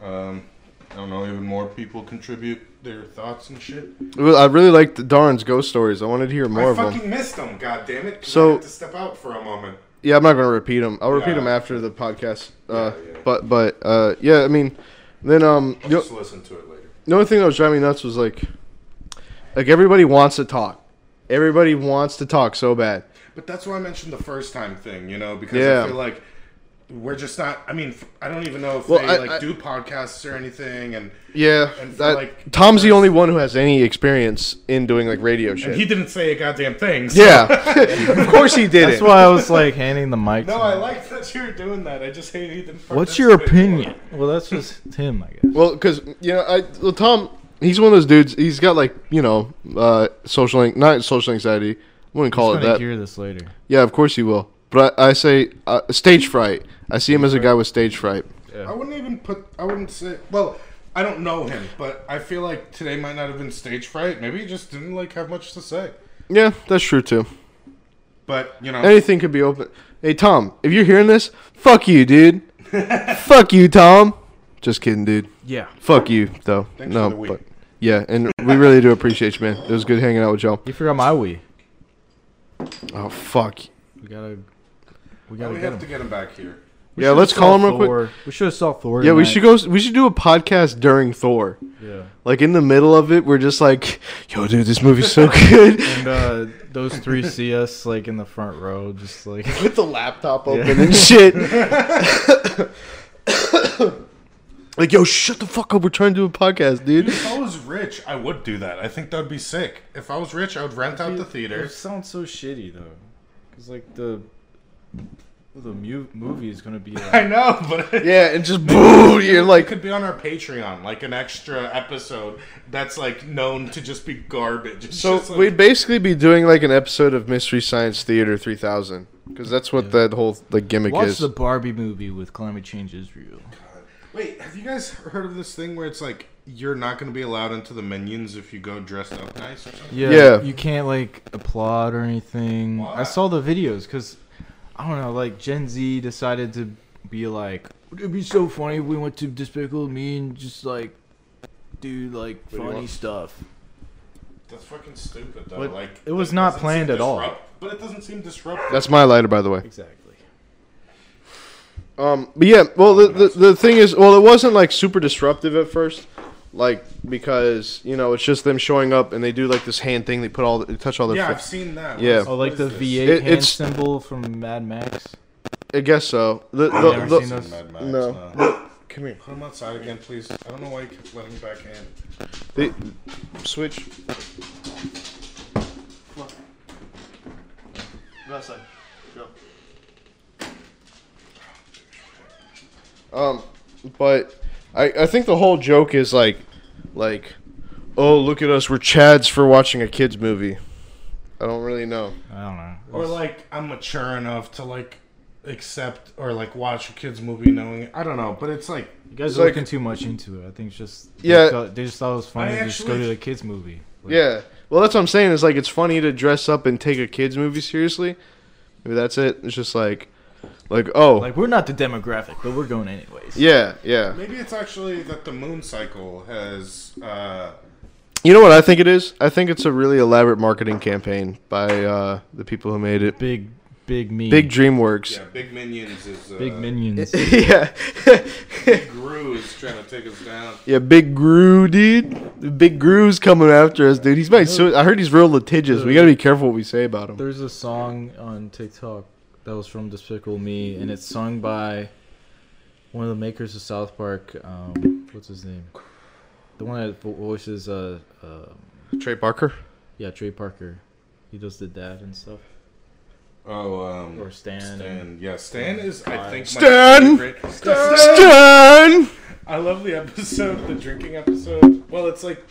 Speaker 5: um, I don't know, even more people contribute their thoughts and shit.
Speaker 10: It was- I really liked Darren's ghost stories. I wanted to hear more
Speaker 5: I
Speaker 10: of them.
Speaker 5: fucking missed them. God damn it! 'cause
Speaker 10: So-
Speaker 5: I had to step out for a moment.
Speaker 10: Yeah, I'm not going to repeat them. I'll repeat
Speaker 5: Yeah.
Speaker 10: them after the podcast. Uh, But but uh, yeah, I mean, then um,
Speaker 5: I'll
Speaker 10: you know-
Speaker 5: just listen to it later.
Speaker 10: The only thing that was driving me nuts was like, like everybody wants to talk. Everybody wants to talk so bad.
Speaker 5: But that's why I mentioned the first time thing, you know, because
Speaker 10: Yeah.
Speaker 5: I feel like we're just not. I mean, f- I don't even know if
Speaker 10: Well,
Speaker 5: they
Speaker 10: I-
Speaker 5: like
Speaker 10: I-
Speaker 5: do podcasts or anything, and
Speaker 10: Yeah,
Speaker 5: and for,
Speaker 10: that-
Speaker 5: like,
Speaker 10: Tom's the only one who has any experience in doing like radio shit.
Speaker 5: and he didn't say a goddamn thing. so-
Speaker 10: yeah, of course he did.
Speaker 3: That's why I was like handing the mic.
Speaker 5: No,
Speaker 3: to
Speaker 5: Oh, I
Speaker 3: him.
Speaker 5: like that you were doing that. I just hate Ethan.
Speaker 3: What's your opinion? Well, that's just him, I guess.
Speaker 10: Well, because you know, I well, Tom, he's one of those dudes. He's got like you know, uh, social an- not social anxiety. I wouldn't call
Speaker 3: He's
Speaker 10: it
Speaker 3: gonna
Speaker 10: that.
Speaker 3: hear this later.
Speaker 10: Yeah, of course he will. But I, I say uh, stage fright. I see him as a guy with stage fright.
Speaker 5: I wouldn't even put. I wouldn't say. Well, I don't know him, but I feel like today might not have been stage fright. Maybe he just didn't like have much to say.
Speaker 10: Yeah, that's true too.
Speaker 5: But you know,
Speaker 10: Anything could be open. Hey Tom, if you're hearing this, fuck you, dude. fuck you, Tom. Just kidding, dude.
Speaker 3: Yeah.
Speaker 10: Fuck you, though.
Speaker 3: Thanks for
Speaker 10: no,
Speaker 3: the wee.
Speaker 10: but yeah, and we really do appreciate you, man. It was good hanging out with y'all.
Speaker 3: You forgot my Wii.
Speaker 10: Oh fuck.
Speaker 3: We gotta, we
Speaker 5: we
Speaker 3: gotta get
Speaker 5: have
Speaker 3: him.
Speaker 5: to get him back here.
Speaker 3: We
Speaker 10: yeah,
Speaker 3: should've
Speaker 10: let's
Speaker 3: saw
Speaker 10: call him real
Speaker 3: Thor.
Speaker 10: quick.
Speaker 3: We should have saw Thor.
Speaker 10: Yeah, we
Speaker 3: tonight.
Speaker 10: should go. We should do a podcast during Thor.
Speaker 3: Yeah.
Speaker 10: Like in the middle of it, we're just like, "Yo, dude, this movie's so good."
Speaker 3: And uh, those three see us like in the front row, just like
Speaker 10: with the laptop
Speaker 3: Yeah.
Speaker 10: open and shit. like, yo, shut the fuck up. We're trying to do a podcast, dude.
Speaker 5: If I was rich, I would do that. I think that'd be sick. If I was rich, I would rent out the theater.
Speaker 3: It sounds so shitty though, because like the the mu- movie is gonna be. Like,
Speaker 5: I know, but
Speaker 10: yeah, and just boo, you're like-
Speaker 5: it could be on our Patreon, like an extra episode that's like known to just be garbage. It's
Speaker 10: So
Speaker 5: just, like,
Speaker 10: we'd basically be doing like an episode of Mystery Science Theater 3000 because that's what that whole like gimmick
Speaker 3: Watch
Speaker 10: is.
Speaker 3: the Barbie movie with climate change is real.
Speaker 5: Wait, have you guys heard of this thing where it's like you're not going to be allowed into the menus if you go dressed up nice or something?
Speaker 3: Yeah,
Speaker 10: Yeah.
Speaker 3: You can't like applaud or anything. I saw the videos because I don't know, like Gen Z decided to be like, it'd be so funny if we went to Despicable Me and just like do like
Speaker 5: do you
Speaker 3: funny
Speaker 5: want?
Speaker 3: stuff.
Speaker 5: That's fucking stupid, though.
Speaker 3: But
Speaker 5: like
Speaker 3: it was not
Speaker 5: doesn't
Speaker 3: planned
Speaker 5: seem
Speaker 3: at all.
Speaker 5: disrupt- But it doesn't seem disruptive.
Speaker 10: That's my lighter, by the way.
Speaker 3: Exactly.
Speaker 10: Um, but yeah, well, the, the the thing is, well, it wasn't like super disruptive at first, like because you know it's just them showing up and they do like this hand thing. They put all, the, they touch all their.
Speaker 5: Yeah,
Speaker 10: fri-
Speaker 5: I've seen that. What
Speaker 10: Yeah,
Speaker 5: is-
Speaker 3: Oh, like the V8
Speaker 10: It-
Speaker 3: hand
Speaker 10: it's-
Speaker 3: symbol from Mad Max.
Speaker 10: I guess so. The,
Speaker 3: I've
Speaker 10: the-
Speaker 3: never
Speaker 10: the-
Speaker 3: seen those.
Speaker 5: Mad Max,
Speaker 10: no.
Speaker 5: Come here. Put him outside again, please. I don't know why you kept letting him back in.
Speaker 10: They, switch. Um, but I, I think the whole joke is like, like, oh look at us, we're chads for watching a kids movie. I don't really know.
Speaker 3: I don't know.
Speaker 5: Or like I'm mature enough to like accept or like watch a kids movie knowing I don't know, but it's like
Speaker 3: You guys
Speaker 10: It's
Speaker 3: are
Speaker 10: like-
Speaker 3: looking too much into it. I think it's just they
Speaker 10: Yeah.
Speaker 3: thought- they just thought it was funny
Speaker 5: I
Speaker 3: to just go
Speaker 5: actually-
Speaker 3: to the kids movie. Like,
Speaker 10: Yeah, well that's what I'm saying. It's like it's funny to dress up and take a kids movie seriously. Maybe that's it. It's just like, like oh
Speaker 3: Like we're not the demographic, but we're going anyways.
Speaker 10: yeah yeah.
Speaker 5: maybe it's actually that the moon cycle has uh
Speaker 10: You know what I think it is? I think it's a really elaborate marketing campaign by uh, the people who made it.
Speaker 3: Big big me.
Speaker 10: Big DreamWorks.
Speaker 5: yeah, Big Minions is uh,
Speaker 3: Big minions.
Speaker 10: yeah.
Speaker 5: Big Gru is trying to take us down.
Speaker 10: Yeah, Big Gru, dude. Big Gru's coming after us, dude. He's might. So- I heard he's real litigious. We gotta be careful what we say about him.
Speaker 3: There's a song on TikTok that was from Despicable Me, and it's sung by one of the makers of South Park. Um, what's his name? The one that vo- voices, uh, um
Speaker 10: Trey Barker.
Speaker 3: yeah, Trey Parker. He does the dad and stuff.
Speaker 5: Oh, um,
Speaker 3: Or Stan.
Speaker 5: Stan. Yeah, Stan is, I think,
Speaker 10: Stan!
Speaker 5: my favorite.
Speaker 10: Stan.
Speaker 5: I love the episode, the drinking episode. Well, it's like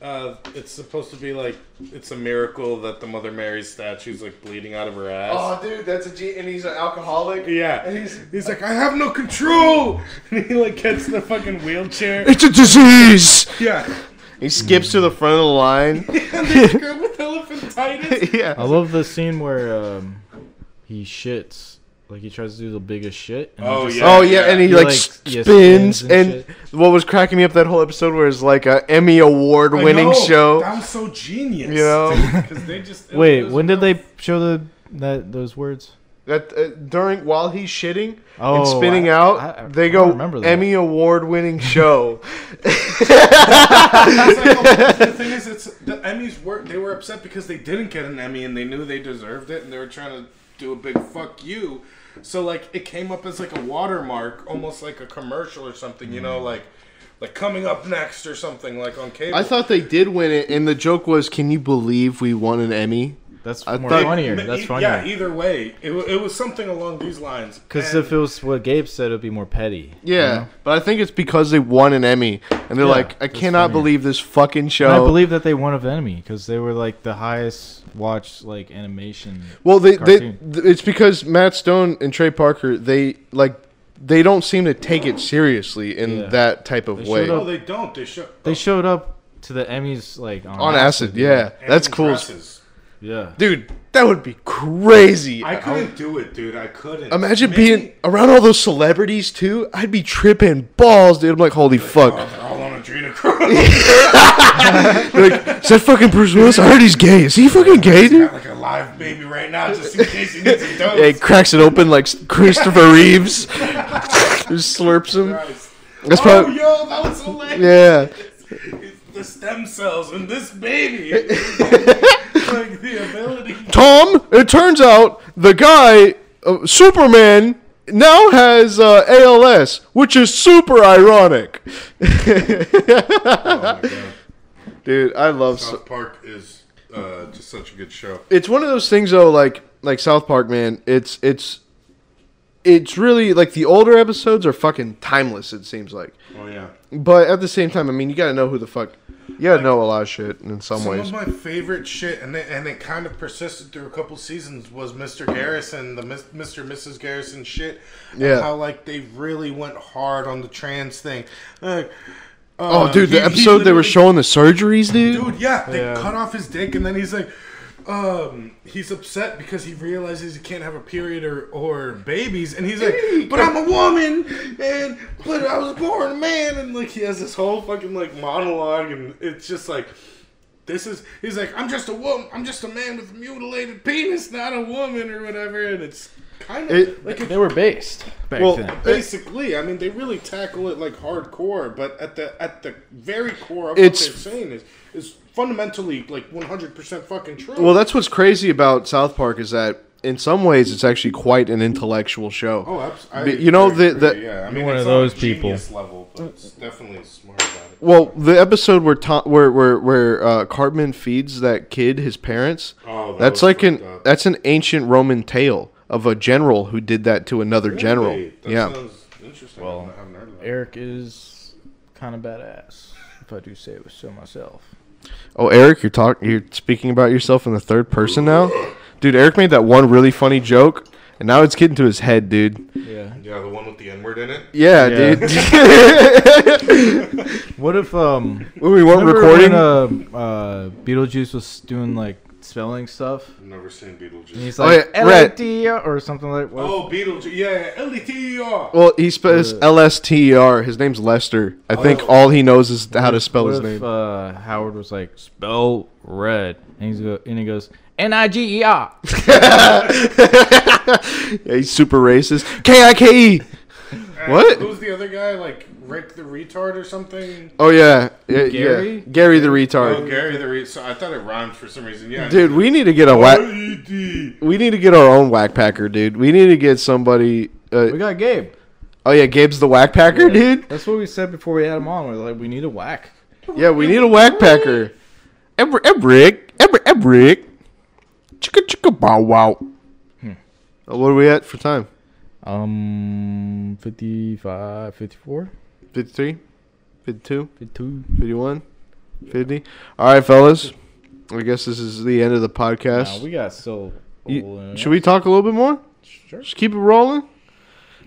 Speaker 5: Uh, it's supposed to be like it's a miracle that the Mother Mary statue's like bleeding out of her ass.
Speaker 10: Oh, dude, that's a G, and he's an alcoholic.
Speaker 5: Yeah.
Speaker 10: and he's
Speaker 5: He's like, I have no control, and he like gets in the fucking wheelchair.
Speaker 10: It's a disease!
Speaker 5: Yeah,
Speaker 10: he skips to the front of the line.
Speaker 5: and this girl with elephantitis.
Speaker 10: yeah,
Speaker 3: I love the scene where um, he shits. Like he tries to do the biggest shit. he
Speaker 5: Oh,
Speaker 3: just,
Speaker 5: yeah.
Speaker 3: like,
Speaker 10: Oh yeah, and he,
Speaker 3: He,
Speaker 10: like,
Speaker 3: like,
Speaker 10: spins,
Speaker 3: yeah, spins
Speaker 10: and,
Speaker 3: and shit.
Speaker 10: what was cracking me up that whole episode was like a Emmy award
Speaker 5: I
Speaker 10: winning
Speaker 5: know,
Speaker 10: show.
Speaker 5: That was so genius.
Speaker 10: You know?
Speaker 5: because they just it
Speaker 3: Wait,
Speaker 5: was-
Speaker 3: when did they show the that those words?
Speaker 10: That uh, during while he's shitting and
Speaker 3: Oh,
Speaker 10: spinning
Speaker 3: I-
Speaker 10: out,
Speaker 3: I- I
Speaker 10: they go
Speaker 3: remember that.
Speaker 10: Emmy award winning show.
Speaker 5: It's like, oh, the thing is, it's the Emmys were they were upset because they didn't get an Emmy and they knew they deserved it and they were trying to do a big fuck you. So like it came up as like a watermark, almost like a commercial or something. You know, like like coming up next or something like on cable.
Speaker 10: I thought they did win it, and the joke was, "Can you believe we won an Emmy?"
Speaker 3: That's
Speaker 10: I
Speaker 3: more
Speaker 10: thought-
Speaker 3: funnier.
Speaker 5: Ma-
Speaker 3: That's
Speaker 5: e-
Speaker 3: funnier.
Speaker 5: Yeah. Either way, it, wa- it was something along these lines.
Speaker 3: Because
Speaker 5: And-
Speaker 3: if it was what Gabe said, it'd be more petty.
Speaker 10: Yeah, but I think it's because they won an Emmy, and they're
Speaker 3: Yeah,
Speaker 10: like, "I
Speaker 3: that's
Speaker 10: cannot
Speaker 3: funny.
Speaker 10: believe this fucking show."
Speaker 3: And I believe that they won of enemy because they were like the highest watched like animation.
Speaker 10: Well, they, they
Speaker 3: cartoon.
Speaker 10: th- it's because Matt Stone and Trey Parker they like they don't seem to take it seriously in
Speaker 3: Yeah.
Speaker 10: that type of
Speaker 3: They
Speaker 10: way.
Speaker 3: showed
Speaker 5: No,
Speaker 3: up-
Speaker 5: they don't. They show
Speaker 3: they showed up to the Emmys like on,
Speaker 10: On acid, yeah, that's cool, as-
Speaker 5: dresses.
Speaker 3: yeah.
Speaker 10: dude. That would be crazy.
Speaker 5: I couldn't do it, dude. I couldn't.
Speaker 10: Imagine
Speaker 5: Maybe-
Speaker 10: being around all those celebrities too. I'd be tripping balls, dude. I'm like, holy
Speaker 5: Oh,
Speaker 10: fuck!
Speaker 5: they're all on adrenochrome.
Speaker 10: like, is that fucking Bruce Willis? I heard he's gay. Is he fucking gay, dude?
Speaker 5: Got like a live baby right now, just in case he needs a dose.
Speaker 10: Yeah, he cracks it open like Christopher Reeves. Just slurps him. That's
Speaker 5: oh,
Speaker 10: probably
Speaker 5: yo, that was hilarious.
Speaker 10: yeah.
Speaker 5: It's the stem cells in this baby. like the ability.
Speaker 10: Tom, it turns out the guy, uh, Superman, now has uh, ALS, which is super ironic.
Speaker 5: Oh
Speaker 10: Dude, I love. So-
Speaker 5: South Park is uh, just such a good show.
Speaker 10: it's one of those things though, like like South Park, man. It's it's it's really like the older episodes are fucking timeless. It seems like,
Speaker 5: Oh yeah.
Speaker 10: but at the same time, I mean, you gotta know who the fuck. You gotta know a lot of shit in some,
Speaker 5: Some
Speaker 10: ways.
Speaker 5: of my favorite shit, and it, and it kind of persisted through a couple seasons, was Mr. Garrison, the Mis- Mr. and Mrs. Garrison shit. and
Speaker 10: Yeah.
Speaker 5: how like they really went hard on the trans thing. Like,
Speaker 10: oh,
Speaker 5: uh,
Speaker 10: dude, the
Speaker 5: he- he
Speaker 10: episode they were
Speaker 5: literally-
Speaker 10: showing the surgeries, dude.
Speaker 5: dude yeah they cut off his dick and then he's like um he's upset because he realizes he can't have a period or or babies and he's like but i'm a woman and but i was born a man and like he has this whole fucking like monologue and it's just like this is he's like i'm just a woman i'm just a man with a mutilated penis not a woman or whatever and it's kind of
Speaker 10: It-
Speaker 5: like a
Speaker 3: They were based back
Speaker 10: Well,
Speaker 3: then.
Speaker 5: Basically, I mean, they really tackle it like hardcore, but at the at the very core of
Speaker 10: It's-
Speaker 5: what they're saying is is fundamentally like 100% fucking true.
Speaker 10: Well, that's what's crazy about South Park is that in some ways it's actually quite an intellectual show.
Speaker 5: oh, abs- I,
Speaker 10: But you know,
Speaker 5: agree,
Speaker 10: the- the-
Speaker 5: yeah, I
Speaker 3: You're
Speaker 5: mean,
Speaker 3: one
Speaker 5: it's
Speaker 3: of
Speaker 5: not
Speaker 3: those
Speaker 5: a genius
Speaker 3: people.
Speaker 5: level, but it's definitely smart about it.
Speaker 10: Well, the episode where Tom, where where where uh, Cartman feeds that kid his parents.
Speaker 5: Oh, that was
Speaker 10: that's like an
Speaker 5: fucked up.
Speaker 10: that's an ancient Roman tale of a general who did that to another general.
Speaker 5: Hey, that
Speaker 10: yeah.
Speaker 5: sounds interesting.
Speaker 3: Well,
Speaker 5: I haven't heard of that.
Speaker 3: Eric is kind of badass, if I do say it so myself.
Speaker 10: Oh, Eric, you're talking you're speaking about yourself in the third person now. Dude, Eric made that one really funny joke, and now it's getting to his head, dude.
Speaker 3: Yeah.
Speaker 5: yeah, the one with the N word in it.
Speaker 10: Yeah,
Speaker 3: Yeah.
Speaker 10: dude.
Speaker 3: What if um
Speaker 10: when we weren't
Speaker 3: remember
Speaker 10: recording.
Speaker 3: when, uh, uh Beetlejuice was doing like spelling stuff?
Speaker 5: I've never seen Beetlejuice.
Speaker 3: And he's
Speaker 10: Oh,
Speaker 3: like
Speaker 10: yeah, Rhett.
Speaker 3: LAT E or something like what?
Speaker 5: oh, Beetlejuice. Yeah, L E T E R.
Speaker 10: Well, he spells L S T E R. His name's Lester. I think
Speaker 5: yeah.
Speaker 10: all he knows is how to spell
Speaker 3: What
Speaker 10: his
Speaker 3: if,
Speaker 10: name.
Speaker 3: Uh, Howard was like, spell red. And, he's go, and he goes, N I G E R.
Speaker 10: Yeah, he's super racist. K I K E. What?
Speaker 5: Who's the other guy? Like Rick the retard or something?
Speaker 10: Oh yeah, yeah,
Speaker 3: Gary?
Speaker 10: yeah. Gary the retard.
Speaker 5: Oh, Gary the re- so I thought it rhymed for some reason. Yeah,
Speaker 10: Dude, we need to get a whack.
Speaker 5: R.E.D..
Speaker 10: We need to get our own whack packer, dude. We need to get somebody.
Speaker 3: We
Speaker 10: Uh,
Speaker 3: got Gabe.
Speaker 10: oh yeah, Gabe's the whack packer, dude.
Speaker 3: That's what we said before we had him on. We are like, we need a whack.
Speaker 10: Yeah, we need a whack packer. Ever, Ebrick, ever, Ebrick. Chicka chicka bow wow. Uh, What are we at for time?
Speaker 3: Um, 55, 54,
Speaker 10: 53, 52,
Speaker 3: 52,
Speaker 10: 51, Fifty. All right, fellas. I guess this is the end of the podcast.
Speaker 3: Nah, we got so.
Speaker 10: You- should we talk a little bit more? Sure. Just keep it rolling.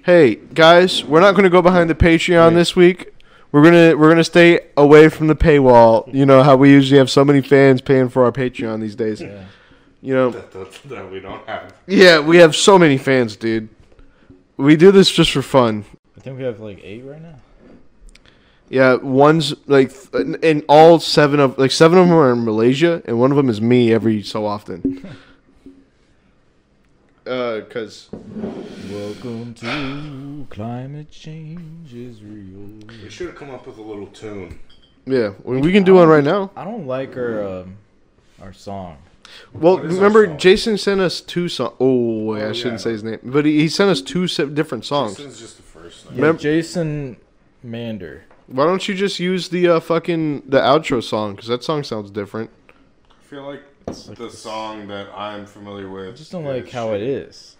Speaker 10: Hey guys, we're not going to go behind the Patreon this week. We're gonna we're gonna stay away from the paywall. You know how we usually have so many fans paying for our Patreon these days. You know,
Speaker 5: That, that, that we don't have.
Speaker 10: yeah, we have so many fans, dude. We do this just for fun.
Speaker 3: I think we have like eight right now.
Speaker 10: Yeah, one's like, th- and all seven of like seven of them are in Malaysia, and one of them is me every so often. Uh, cause
Speaker 3: welcome to climate change is real.
Speaker 5: We should have come up with a little tune.
Speaker 10: Yeah, we we can do one right now.
Speaker 3: I don't like our um, our song.
Speaker 10: Well,
Speaker 3: What is our
Speaker 10: remember
Speaker 3: song?
Speaker 10: Jason sent us two songs. Oh, wait, I shouldn't say his name, but he, he sent us two se- different songs.
Speaker 5: Jason's just the first.
Speaker 3: Yeah,
Speaker 10: Remem-
Speaker 3: Jason Mander.
Speaker 10: Why don't you just use the uh, fucking the outro song? Cause that song sounds different.
Speaker 5: I feel like the song that I'm familiar with.
Speaker 3: I just don't like how it is.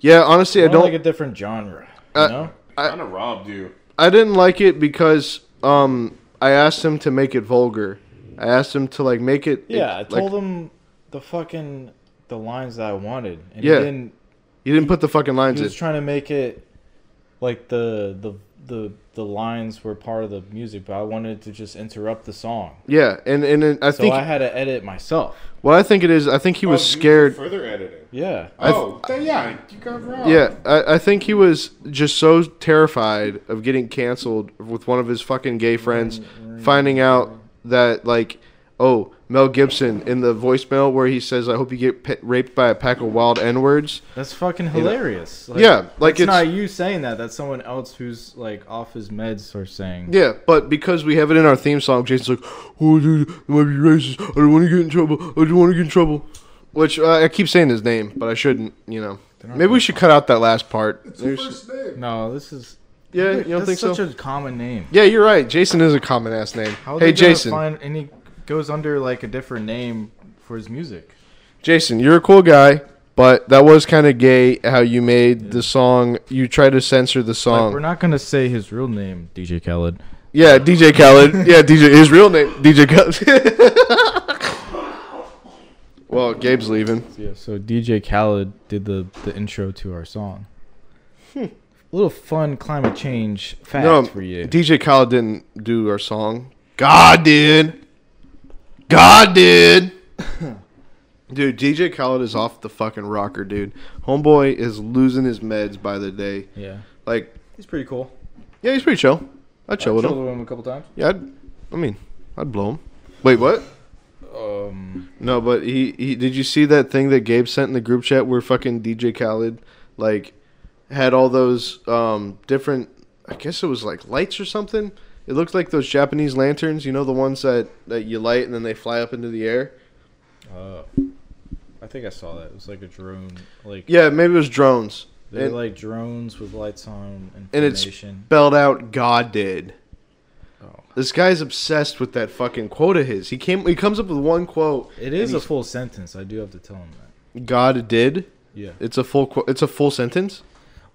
Speaker 10: Yeah, honestly, I
Speaker 3: Kinda
Speaker 10: don't.
Speaker 3: like a different genre.
Speaker 10: Uh,
Speaker 3: you know?
Speaker 5: kind of robbed you.
Speaker 10: I didn't like it because um I asked him to make it vulgar. I asked him to like make it.
Speaker 3: Yeah, I
Speaker 10: like,
Speaker 3: told him the fucking the lines that I wanted, and
Speaker 10: Yeah,
Speaker 3: he didn't.
Speaker 10: You didn't put the fucking lines
Speaker 3: He
Speaker 10: in.
Speaker 3: was trying to make it like the the the the lines were part of the music, but I wanted to just interrupt the song,
Speaker 10: yeah, and and, and I
Speaker 3: so
Speaker 10: think
Speaker 3: I Oh, had to edit myself.
Speaker 10: what I think it is, I think he was scared.
Speaker 5: Further editing.
Speaker 3: Yeah.
Speaker 10: I th-
Speaker 5: Oh, th- yeah, you got robbed.
Speaker 10: Yeah, I, I think he was just so terrified of getting canceled with one of his fucking gay friends finding out that, like, oh, Mel Gibson in the voicemail where he says, I hope you get pa- raped by a pack of wild N words.
Speaker 3: That's fucking
Speaker 10: You know?
Speaker 3: hilarious.
Speaker 10: Yeah, like
Speaker 3: it's,
Speaker 10: it's-
Speaker 3: not you saying that. That's someone else who's like off his meds or saying.
Speaker 10: Yeah, but because we have it in our theme song, Jason's like, oh, dude, I might be racist. I don't want to get in trouble. I don't want to get in trouble. Which uh, I keep saying his name, but I shouldn't, you know. Maybe we should cut out that last part. Maybe we should-
Speaker 3: No, this is.
Speaker 10: Yeah, you don't
Speaker 3: That's
Speaker 10: think so?
Speaker 3: such a common name.
Speaker 10: Yeah, you're right. Jason is a common ass name.
Speaker 3: How are
Speaker 10: hey,
Speaker 3: they gonna
Speaker 10: Jason.
Speaker 3: Find, and he goes under like a different name for his music.
Speaker 10: Jason, you're a cool guy, but that was kind of gay how you made the song. You tried to censor the
Speaker 3: Like,
Speaker 10: song.
Speaker 3: we're not gonna say his real name, DJ Khaled.
Speaker 10: yeah, DJ Khaled. yeah, DJ. His real name, DJ Khaled. well, Gabe's leaving.
Speaker 3: Yeah, so DJ Khaled did the the intro to our song. A little fun climate change fact
Speaker 10: Hmm. no,
Speaker 3: for you.
Speaker 10: DJ Khaled didn't do our song. God did. God did. Dude, DJ Khaled is off the fucking rocker, dude. Homeboy is losing his meds by the day.
Speaker 3: yeah,
Speaker 10: Like,
Speaker 3: he's pretty cool.
Speaker 10: yeah, he's pretty chill. I'd chill
Speaker 3: I
Speaker 10: with him.
Speaker 3: chilled with him a couple times.
Speaker 10: Yeah, I'd, I mean, I'd blow him. Wait, what?
Speaker 3: Um,
Speaker 10: No, but he, he did you see that thing that Gabe sent in the group chat where fucking DJ Khaled like had all those um different I guess it was like lights or something. It looked like those Japanese lanterns, you know the ones that that you light and then they fly up into the air.
Speaker 3: uh, I think I saw that. It was like a drone, like
Speaker 10: Yeah, maybe it was drones.
Speaker 3: They're
Speaker 10: And-
Speaker 3: like drones with lights on
Speaker 10: And it's
Speaker 3: information.
Speaker 10: spelled out God did.
Speaker 3: Oh.
Speaker 10: This guy's obsessed with that fucking quote of his. He came he comes up with one quote.
Speaker 3: It is a full sentence. I do have to tell him that.
Speaker 10: God did.
Speaker 3: Yeah.
Speaker 10: It's a full qu- it's a full sentence.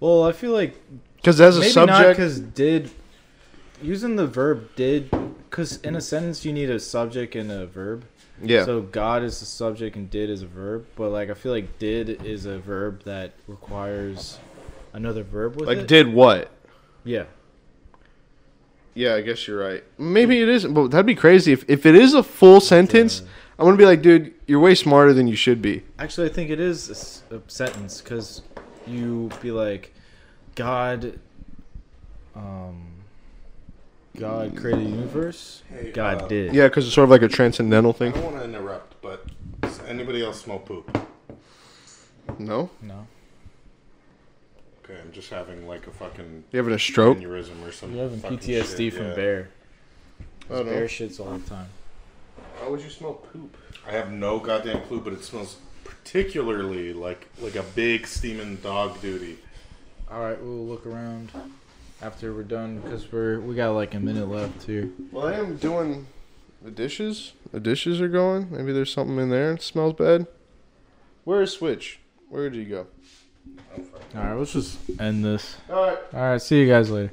Speaker 3: Well, I feel like
Speaker 10: Because as a
Speaker 3: maybe not
Speaker 10: subject,
Speaker 3: because did using the verb did because in a sentence you need a subject and a verb.
Speaker 10: yeah,
Speaker 3: So God is the subject and did is a verb, but like I feel like did is a verb that requires another verb with
Speaker 10: like
Speaker 3: it.
Speaker 10: did what?
Speaker 3: Yeah.
Speaker 10: Yeah, I guess you're right. Maybe it isn't, but that'd be crazy if, if it is a full sentence. I'm gonna be like, dude, you're way smarter than you should be.
Speaker 3: Actually, I think it is a s- a, sentence because you be like, God, um, God created the universe.
Speaker 5: Hey,
Speaker 3: God
Speaker 5: uh,
Speaker 3: did.
Speaker 10: Yeah, because it's sort of like a transcendental
Speaker 5: I
Speaker 10: thing.
Speaker 5: don't want to interrupt, but does anybody else smell poop?
Speaker 10: No,
Speaker 3: No.
Speaker 5: Okay, I'm just having like a fucking
Speaker 10: you having a stroke?
Speaker 5: aneurysm or something.
Speaker 3: You're having PTSD from bear.
Speaker 10: I don't
Speaker 3: Bear
Speaker 10: know.
Speaker 3: shits all the time.
Speaker 5: How would you smell poop? I have no goddamn clue, but it smells particularly like like a big steaming dog duty.
Speaker 3: All right, we'll look around after we're done because we're we got like a minute left here.
Speaker 10: Well, I am doing the dishes. The dishes are going. Maybe there's something in there. It smells bad. Where is Switch? Where did he go?
Speaker 3: All right, let's just end this.
Speaker 10: All right.
Speaker 3: All right, see you guys later.